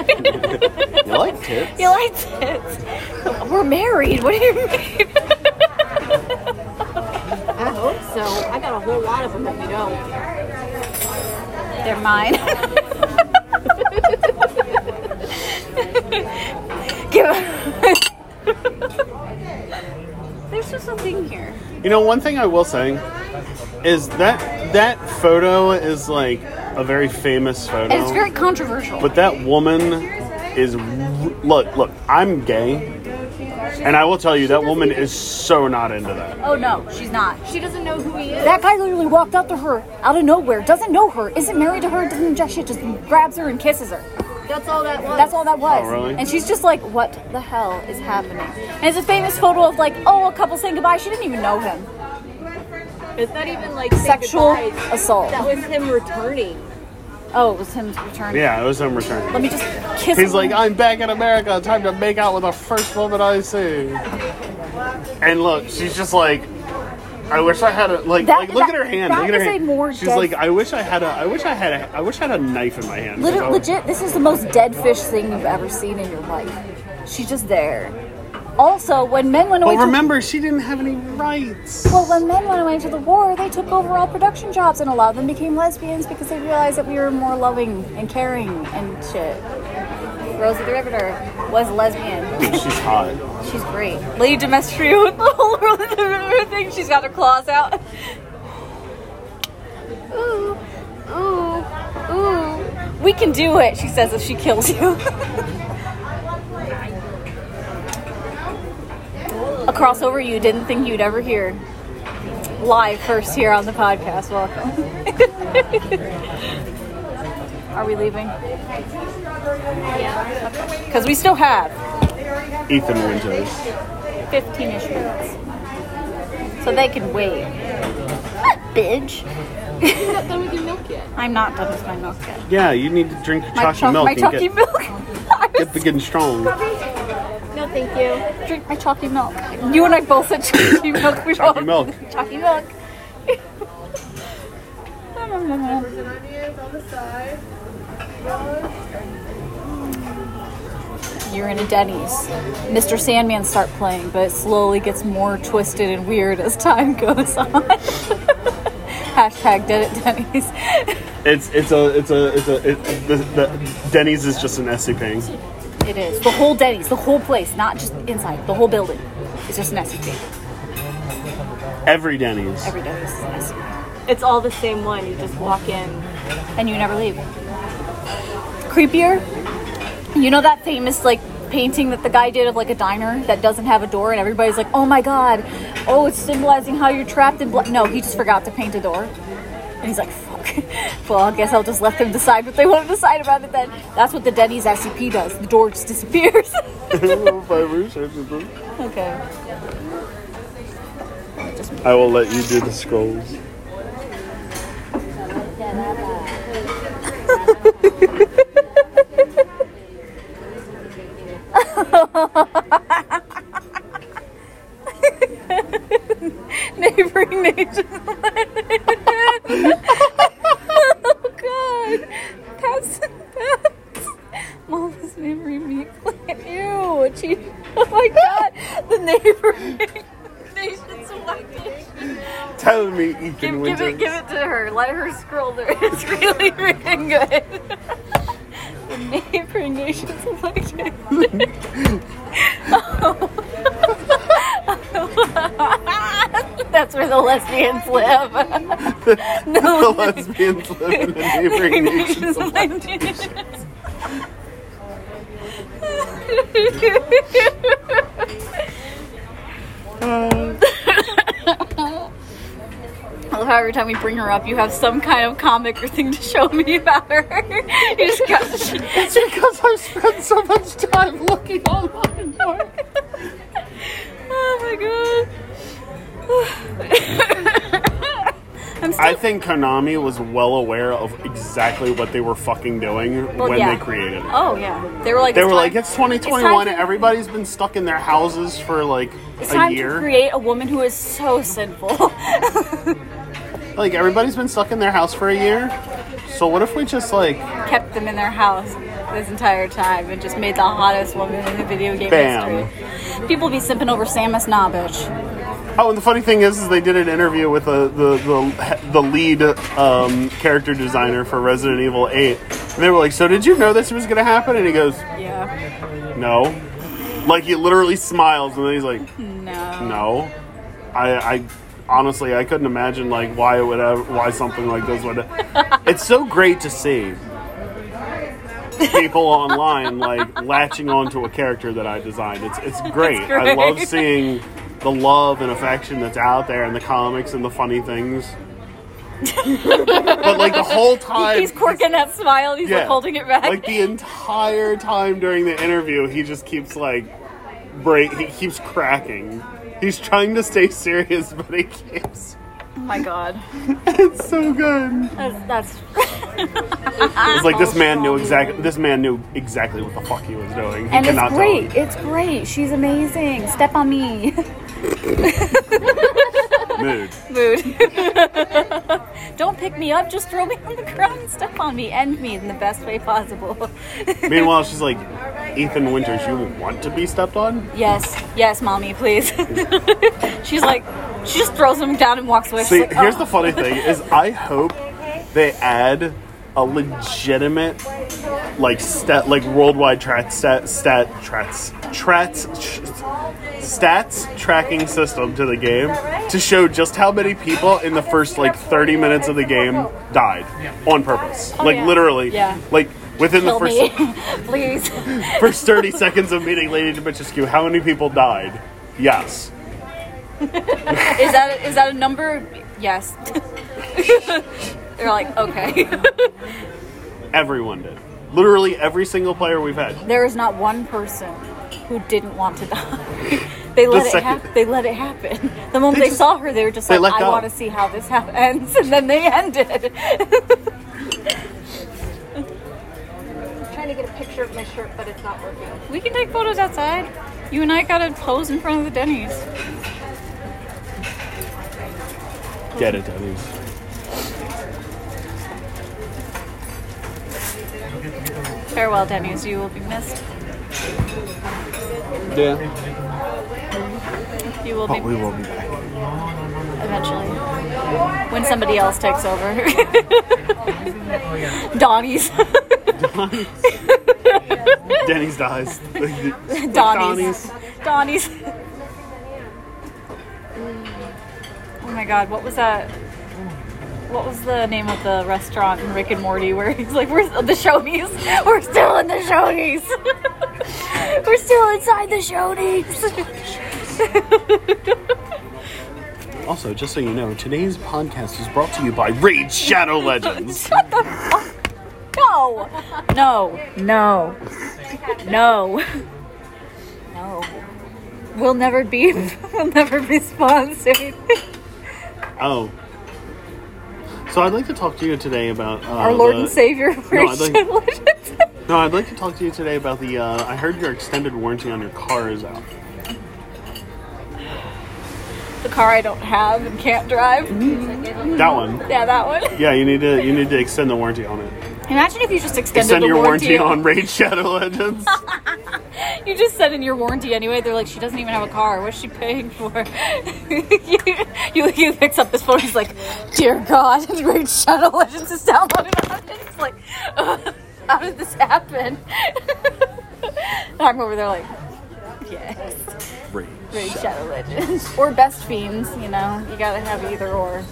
Speaker 1: You like tits?
Speaker 2: You like tits. We're married. What do you mean?
Speaker 3: I hope so. I got a whole lot of them if you don't.
Speaker 2: They're mine. Give There's just a thing here.
Speaker 1: You know, one thing I will say is that that photo is like a very famous photo.
Speaker 2: And it's very controversial.
Speaker 1: but that woman is look, look. I'm gay, And I will tell you, that woman is so not into that.
Speaker 2: Oh no, she's not.
Speaker 3: She doesn't know who he is.
Speaker 7: That guy literally walked up to her out of nowhere, doesn't know her, isn't married to her, doesn't jack shit, just grabs her and kisses her.
Speaker 3: That's all that was.
Speaker 7: That's all that was.
Speaker 1: Oh, really?
Speaker 7: And she's just like, what the hell is happening? And it's a famous photo of like, oh, a couple saying goodbye. She didn't even know him.
Speaker 3: It's not even like say
Speaker 7: Sexual
Speaker 3: goodbyes.
Speaker 7: assault.
Speaker 3: That was him returning.
Speaker 7: Oh, it was him returning.
Speaker 1: Yeah, it was him returning.
Speaker 7: Let me just kiss
Speaker 1: He's
Speaker 7: him.
Speaker 1: like, I'm back in America. Time to make out with the first woman I see. And look, she's just like, I wish I had a like.
Speaker 7: That-
Speaker 1: like look
Speaker 7: that-
Speaker 1: at her hand.
Speaker 7: that
Speaker 1: Look at her
Speaker 7: is a
Speaker 1: hand.
Speaker 7: more
Speaker 1: she's
Speaker 7: dead-
Speaker 1: like, I wish I had a. I wish I had a. I wish I had a knife in my hand.
Speaker 7: Liter-
Speaker 1: So-
Speaker 7: legit, this is the most dead fish thing you've ever seen in your life. She's just there. Also, when men went away
Speaker 1: But
Speaker 7: to
Speaker 1: remember, she didn't have any rights.
Speaker 7: well, when men went away to the war, they took over all production jobs, and a lot of them became lesbians because they realized that we were more loving and caring and shit. Rosie the Riveter was lesbian.
Speaker 1: She's hot.
Speaker 7: She's great.
Speaker 2: Lady Demestria with the whole world in the river thing. She's got her claws out. Ooh, ooh, ooh. We can do it, she says, if she kills you. A crossover you didn't think you'd ever hear. Live first here on the podcast. Welcome. Are we leaving? Because we still have
Speaker 1: Ethan Winters.
Speaker 2: 15 ish minutes. So they can wait. Bitch.
Speaker 3: She's not done with your milk yet.
Speaker 2: I'm not done with my milk yet.
Speaker 1: Yeah, you need to drink your
Speaker 2: My
Speaker 1: chalky
Speaker 2: choc-
Speaker 1: milk
Speaker 2: my
Speaker 1: and
Speaker 2: chalky
Speaker 1: get,
Speaker 2: milk. I was
Speaker 1: get the getting strong.
Speaker 3: No, thank you.
Speaker 2: drink my chalky milk. You and I both said chalky milk. We
Speaker 1: Chalky
Speaker 2: both-
Speaker 1: milk.
Speaker 2: Chalky milk. You're in a Denny's. Mr. Sandman start playing, but it slowly gets more twisted and weird as time goes on. Hashtag did it Denny's.
Speaker 1: It's it's a it's a it's a it, the, the Denny's is just an SCP.
Speaker 7: It is. The whole Denny's, the whole place, not just inside, the whole building.
Speaker 2: It's just an SUV.
Speaker 1: Every Denny's.
Speaker 2: Every Denny's is an SUV.
Speaker 4: It's all the same one. You just walk in.
Speaker 2: And you never leave. Creepier? You know that famous like painting that the guy did of like a diner that doesn't have a door and everybody's like, oh my god, oh it's symbolizing how you're trapped in black. No, he just forgot to paint a door. And he's like, fuck. well, I guess I'll just let them decide what they want to decide about it then. That's what the Denny's SCP does. The door just disappears.
Speaker 1: I
Speaker 2: okay.
Speaker 1: will let you do the scrolls.
Speaker 2: neighboring nations. oh god, that's that's Mama's neighboring meat plant. Ew, cheap. Oh my god, the neighboring nations. Oh my gosh.
Speaker 1: Tell me, Ethan
Speaker 2: Give, give
Speaker 1: Winters.
Speaker 2: it, give it to her. Let her scroll through. it. It's really freaking good. the neighboring nations elected. Oh. That's where the lesbians live.
Speaker 1: the lesbians live in the neighboring nations.
Speaker 2: I love how every time we bring her up, you have some kind of comic or thing to show me about her. you just got it's because I've spent so much time looking online for her. oh my god. I'm still
Speaker 1: I think Konami was well aware of exactly what they were fucking doing
Speaker 2: Well,
Speaker 1: when
Speaker 2: yeah.
Speaker 1: they created it.
Speaker 2: Oh yeah, they were like
Speaker 1: They
Speaker 2: it's
Speaker 1: were
Speaker 2: time-
Speaker 1: like, it's 2021.
Speaker 2: it's time to-
Speaker 1: Everybody's been stuck in their houses for like
Speaker 2: It's
Speaker 1: a
Speaker 2: time to
Speaker 1: year.
Speaker 2: create a woman who is so sinful.
Speaker 1: Like everybody's been stuck in their house for a year. So what if we just like
Speaker 2: Kept them in their house this entire time and just made the hottest woman in the video game
Speaker 1: Bam.
Speaker 2: history. People be simping over Samus Nah, bitch.
Speaker 1: Oh, and the funny thing is, is they did an interview with the the the, the lead um, character designer for Resident Evil Eight. And they were like, "So did you know this was going to happen?" And he goes,
Speaker 2: Yeah.
Speaker 1: "No." Like he literally smiles, and then he's like,
Speaker 2: No.
Speaker 1: "No." I, I honestly, I couldn't imagine like why it would have, why something like this would. It's so great to see. people online like latching onto a character that I designed. It's it's great. I
Speaker 2: great.
Speaker 1: love seeing the love and affection that's out there in the comics and the funny things. but like the whole time
Speaker 2: He's quirking that smile. and He's like holding it back.
Speaker 1: Like the entire time during the interview, he just keeps like break. He keeps cracking. He's trying to stay serious, but he keeps.
Speaker 2: oh my god,
Speaker 1: It's so good.
Speaker 2: that's, that's
Speaker 1: It's like
Speaker 2: Ah.
Speaker 1: this man knew exactly. This man knew exactly what the fuck he was doing. He
Speaker 7: And
Speaker 1: cannot
Speaker 7: it's
Speaker 1: tell.
Speaker 7: great. It's great. She's amazing. Step on me.
Speaker 1: Mood.
Speaker 2: mood. Don't pick me up. Just throw me on the ground and step on me. End me in the best way possible.
Speaker 1: Meanwhile, she's like, Ethan Winters, you want to be stepped on?
Speaker 2: yes, yes, mommy, please. she's like, she just throws him down and walks away. She's
Speaker 1: See,
Speaker 2: like,
Speaker 1: here's
Speaker 2: "Oh."
Speaker 1: the funny thing: is I hope they add a legitimate, like stat, like worldwide trat stat stat trats trats sh- stats tracking system to the game to show just how many people in the first like 30 minutes of the game died on purpose, like
Speaker 2: Oh, yeah.
Speaker 1: literally,
Speaker 2: Yeah.
Speaker 1: like within
Speaker 2: Kill
Speaker 1: the first
Speaker 2: me, please.
Speaker 1: first 30 seconds of meeting Lady Dimitrescu, how many people died? Yes.
Speaker 2: Is that is that a number? Yes. They're like, okay.
Speaker 1: Everyone did. Literally every single player we've had.
Speaker 2: There is not one person who didn't want to die. They let it
Speaker 1: second-
Speaker 2: happen. They let it happen. The moment they,
Speaker 1: just-
Speaker 2: saw her, they were just
Speaker 1: they
Speaker 2: like,
Speaker 1: let
Speaker 2: "I
Speaker 1: go.
Speaker 2: want to see how this hap- ends," and then they ended.
Speaker 3: trying to get a picture of my shirt, but it's not working.
Speaker 2: we can take photos outside. You and I gotta pose in front of the Denny's.
Speaker 1: Get it, Denny's.
Speaker 2: Farewell, Denny's. You will be missed.
Speaker 1: Yeah.
Speaker 2: You will be
Speaker 1: But Oh, we will be back.
Speaker 2: eventually when somebody else takes over. Donnie's.
Speaker 1: Denny's dies.
Speaker 2: Donnie's. Donnie's. Oh my god, what was that? What was the name of the restaurant in Rick and Morty where he's like, "We're the Shoney's. We're still in the Shoney's. We're still inside the Shoney's."
Speaker 1: Also, just so you know, today's podcast is brought to you by Raid Shadow Legends.
Speaker 2: No, no, no, no, no. We'll never be. We'll never be sponsored.
Speaker 1: Oh. So I'd like to talk to you today about uh,
Speaker 2: Our Lord
Speaker 1: the-
Speaker 2: and Savior,
Speaker 1: I'd like-
Speaker 2: Christian Legends.
Speaker 1: No, I'd like to talk to you today about the. Uh, I heard your extended warranty on your car is out.
Speaker 2: the car I don't have and can't drive.
Speaker 1: That one.
Speaker 2: Yeah, that one.
Speaker 1: Yeah, you need to you need to extend the warranty on it.
Speaker 2: Imagine if you just extended
Speaker 1: Extend
Speaker 2: the
Speaker 1: your warranty
Speaker 2: warranty.
Speaker 1: on Raid Shadow Legends.
Speaker 2: You just said in your warranty anyway. They're like, she doesn't even have a car. What's she paying for? you, you, you picks up this phone. He's like, dear God, and Raid Shadow Legends is downloaded on it. It's like, "Ugh, how did this happen? and I'm over there like, yes,
Speaker 1: Raid.
Speaker 2: Raid Shadow Legends or Best Fiends. You know, you gotta have either or.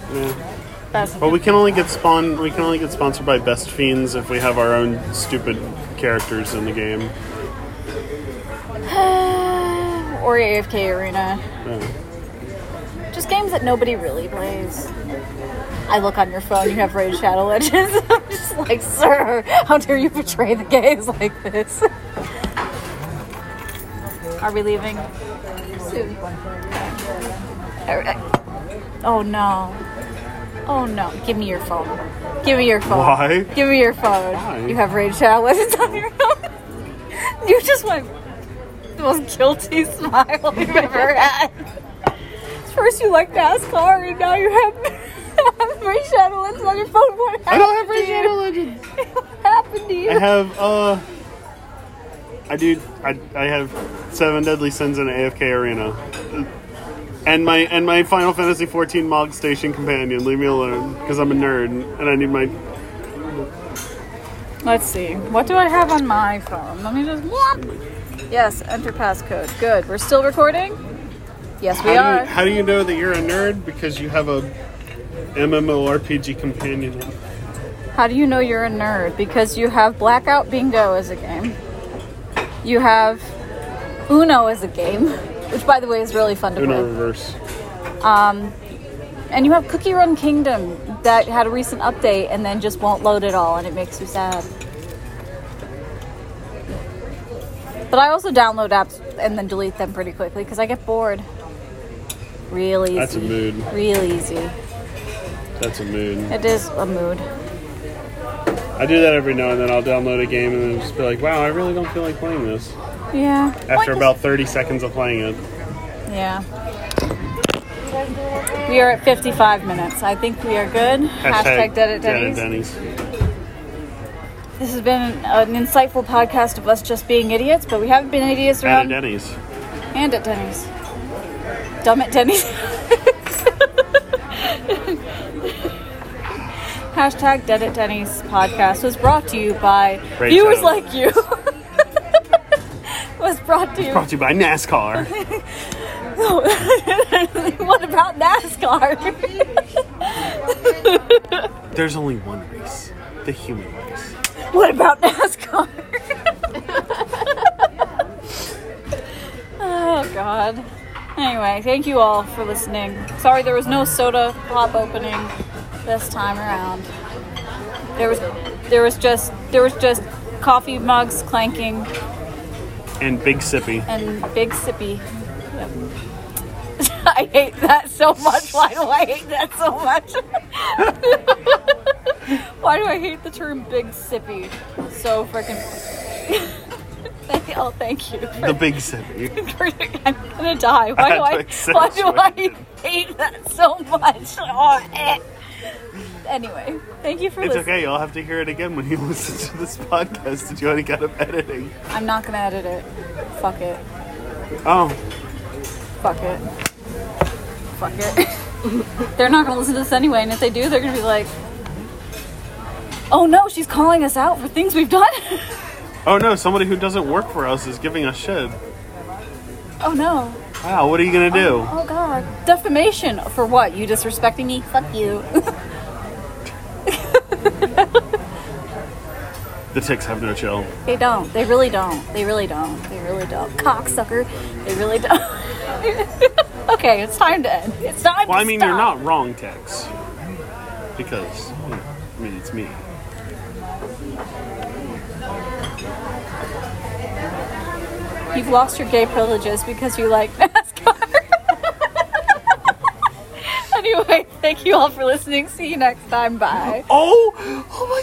Speaker 2: Best.
Speaker 1: But we can only get spawn. We can only get sponsored by Best Fiends if we have our own stupid characters in the game.
Speaker 2: or AFK Arena.
Speaker 1: Yeah.
Speaker 2: Just games that nobody really plays. I look on your phone, you have Raid Shadow Legends. I'm just like, sir, how dare you betray the gays like this? Are we leaving? Soon. Alright. Oh no. Oh no. Give me your phone. Give me your phone.
Speaker 1: Why?
Speaker 2: Give me your phone.
Speaker 1: Why?
Speaker 2: You have Raid Shadow Legends on your phone. you just went the most guilty smile you've ever had. First you like NASCAR, and now you have Ray Shadow Legends on your phone. What
Speaker 1: I
Speaker 2: happened
Speaker 1: don't have Raid
Speaker 2: to you?
Speaker 1: Shadow Legends.
Speaker 2: What happened to you?
Speaker 1: I have uh. I do. I, I have seven deadly sins in AFK Arena, and my and my Final Fantasy XIV Mog Station companion. Leave me alone, because I'm a nerd and I need my.
Speaker 2: Let's see. What do I have on my phone? Let me just. Whoop. Yes, enter passcode. Good. We're still recording? Yes,
Speaker 1: How
Speaker 2: we
Speaker 1: do,
Speaker 2: are.
Speaker 1: you, how do you know that you're a nerd because you have a MMORPG companion?
Speaker 2: How do you know you're a nerd? Because you have Blackout Bingo as a game. You have Uno as a game, which by the way is really fun to
Speaker 1: Uno
Speaker 2: play.
Speaker 1: reverse.
Speaker 2: And you have Cookie Run Kingdom that had a recent update and then just won't load at all and it makes you sad. But I also download apps and then delete them pretty quickly because I get bored. Real easy.
Speaker 1: That's a mood.
Speaker 2: Real easy.
Speaker 1: That's a mood.
Speaker 2: It is a mood.
Speaker 1: I do that every now and then. I'll download a game and then just be like, wow, I really don't feel like playing this.
Speaker 2: Yeah.
Speaker 1: After about 30 seconds of playing it.
Speaker 2: Yeah. We are at 55 minutes. I think we are good. Hashtag, Dead at Denny's.
Speaker 1: Denny's.
Speaker 2: This has been an, an insightful podcast of us just being idiots, but we haven't been idiots
Speaker 1: Dead at
Speaker 2: around
Speaker 1: Denny's.
Speaker 2: and at Denny's. Dumb at Denny's. Hashtag Dead at Denny's podcast was brought to you by
Speaker 1: Great
Speaker 2: viewers
Speaker 1: shout.
Speaker 2: like you. was brought to you.
Speaker 1: Brought to you by NASCAR.
Speaker 2: what about NASCAR?
Speaker 1: There's only one race the human race.
Speaker 2: What about NASCAR? oh God. Anyway, thank you all for listening. Sorry there was no soda pop opening this time around. There was there was just there was just coffee mugs clanking
Speaker 1: And Big Sippy.
Speaker 2: and big sippy. Yep. I hate that so much. Why do I hate that so much? Why do I hate the term big sippy so freaking? Thank you. Oh, thank you. For,
Speaker 1: The Big Sippy.
Speaker 2: I'm gonna die. Why
Speaker 1: I
Speaker 2: do
Speaker 1: had to
Speaker 2: I?
Speaker 1: accept
Speaker 2: Why do
Speaker 1: what
Speaker 2: I hate that so much? Oh, eh. Anyway, thank you for
Speaker 1: It's
Speaker 2: listening.
Speaker 1: okay. You'll have to hear it again when you listen to this podcast to do any kind of editing.
Speaker 2: I'm not gonna edit it. Fuck it.
Speaker 1: Oh,
Speaker 2: Fuck it. Fuck it. they're not gonna listen to this anyway, and if they do, they're gonna be like, oh no, she's calling us out for things we've done.
Speaker 1: oh no! Somebody who doesn't work for us is giving us shit.
Speaker 2: oh no.
Speaker 1: Wow, what are you gonna do?
Speaker 2: Oh god. Defamation. For what? You disrespecting me? Fuck you.
Speaker 1: The ticks have no chill.
Speaker 2: they don't. They really don't. They really don't. They really don't. Cocksucker. They really don't. okay, it's time to end. It's time
Speaker 1: Well, I
Speaker 2: to
Speaker 1: mean,
Speaker 2: stop.
Speaker 1: you're not wrong, Tex. Because, I mean, it's me.
Speaker 2: You've lost your gay privileges because you like NASCAR. anyway, thank you all for listening. See you next time. Bye.
Speaker 1: Oh! Oh my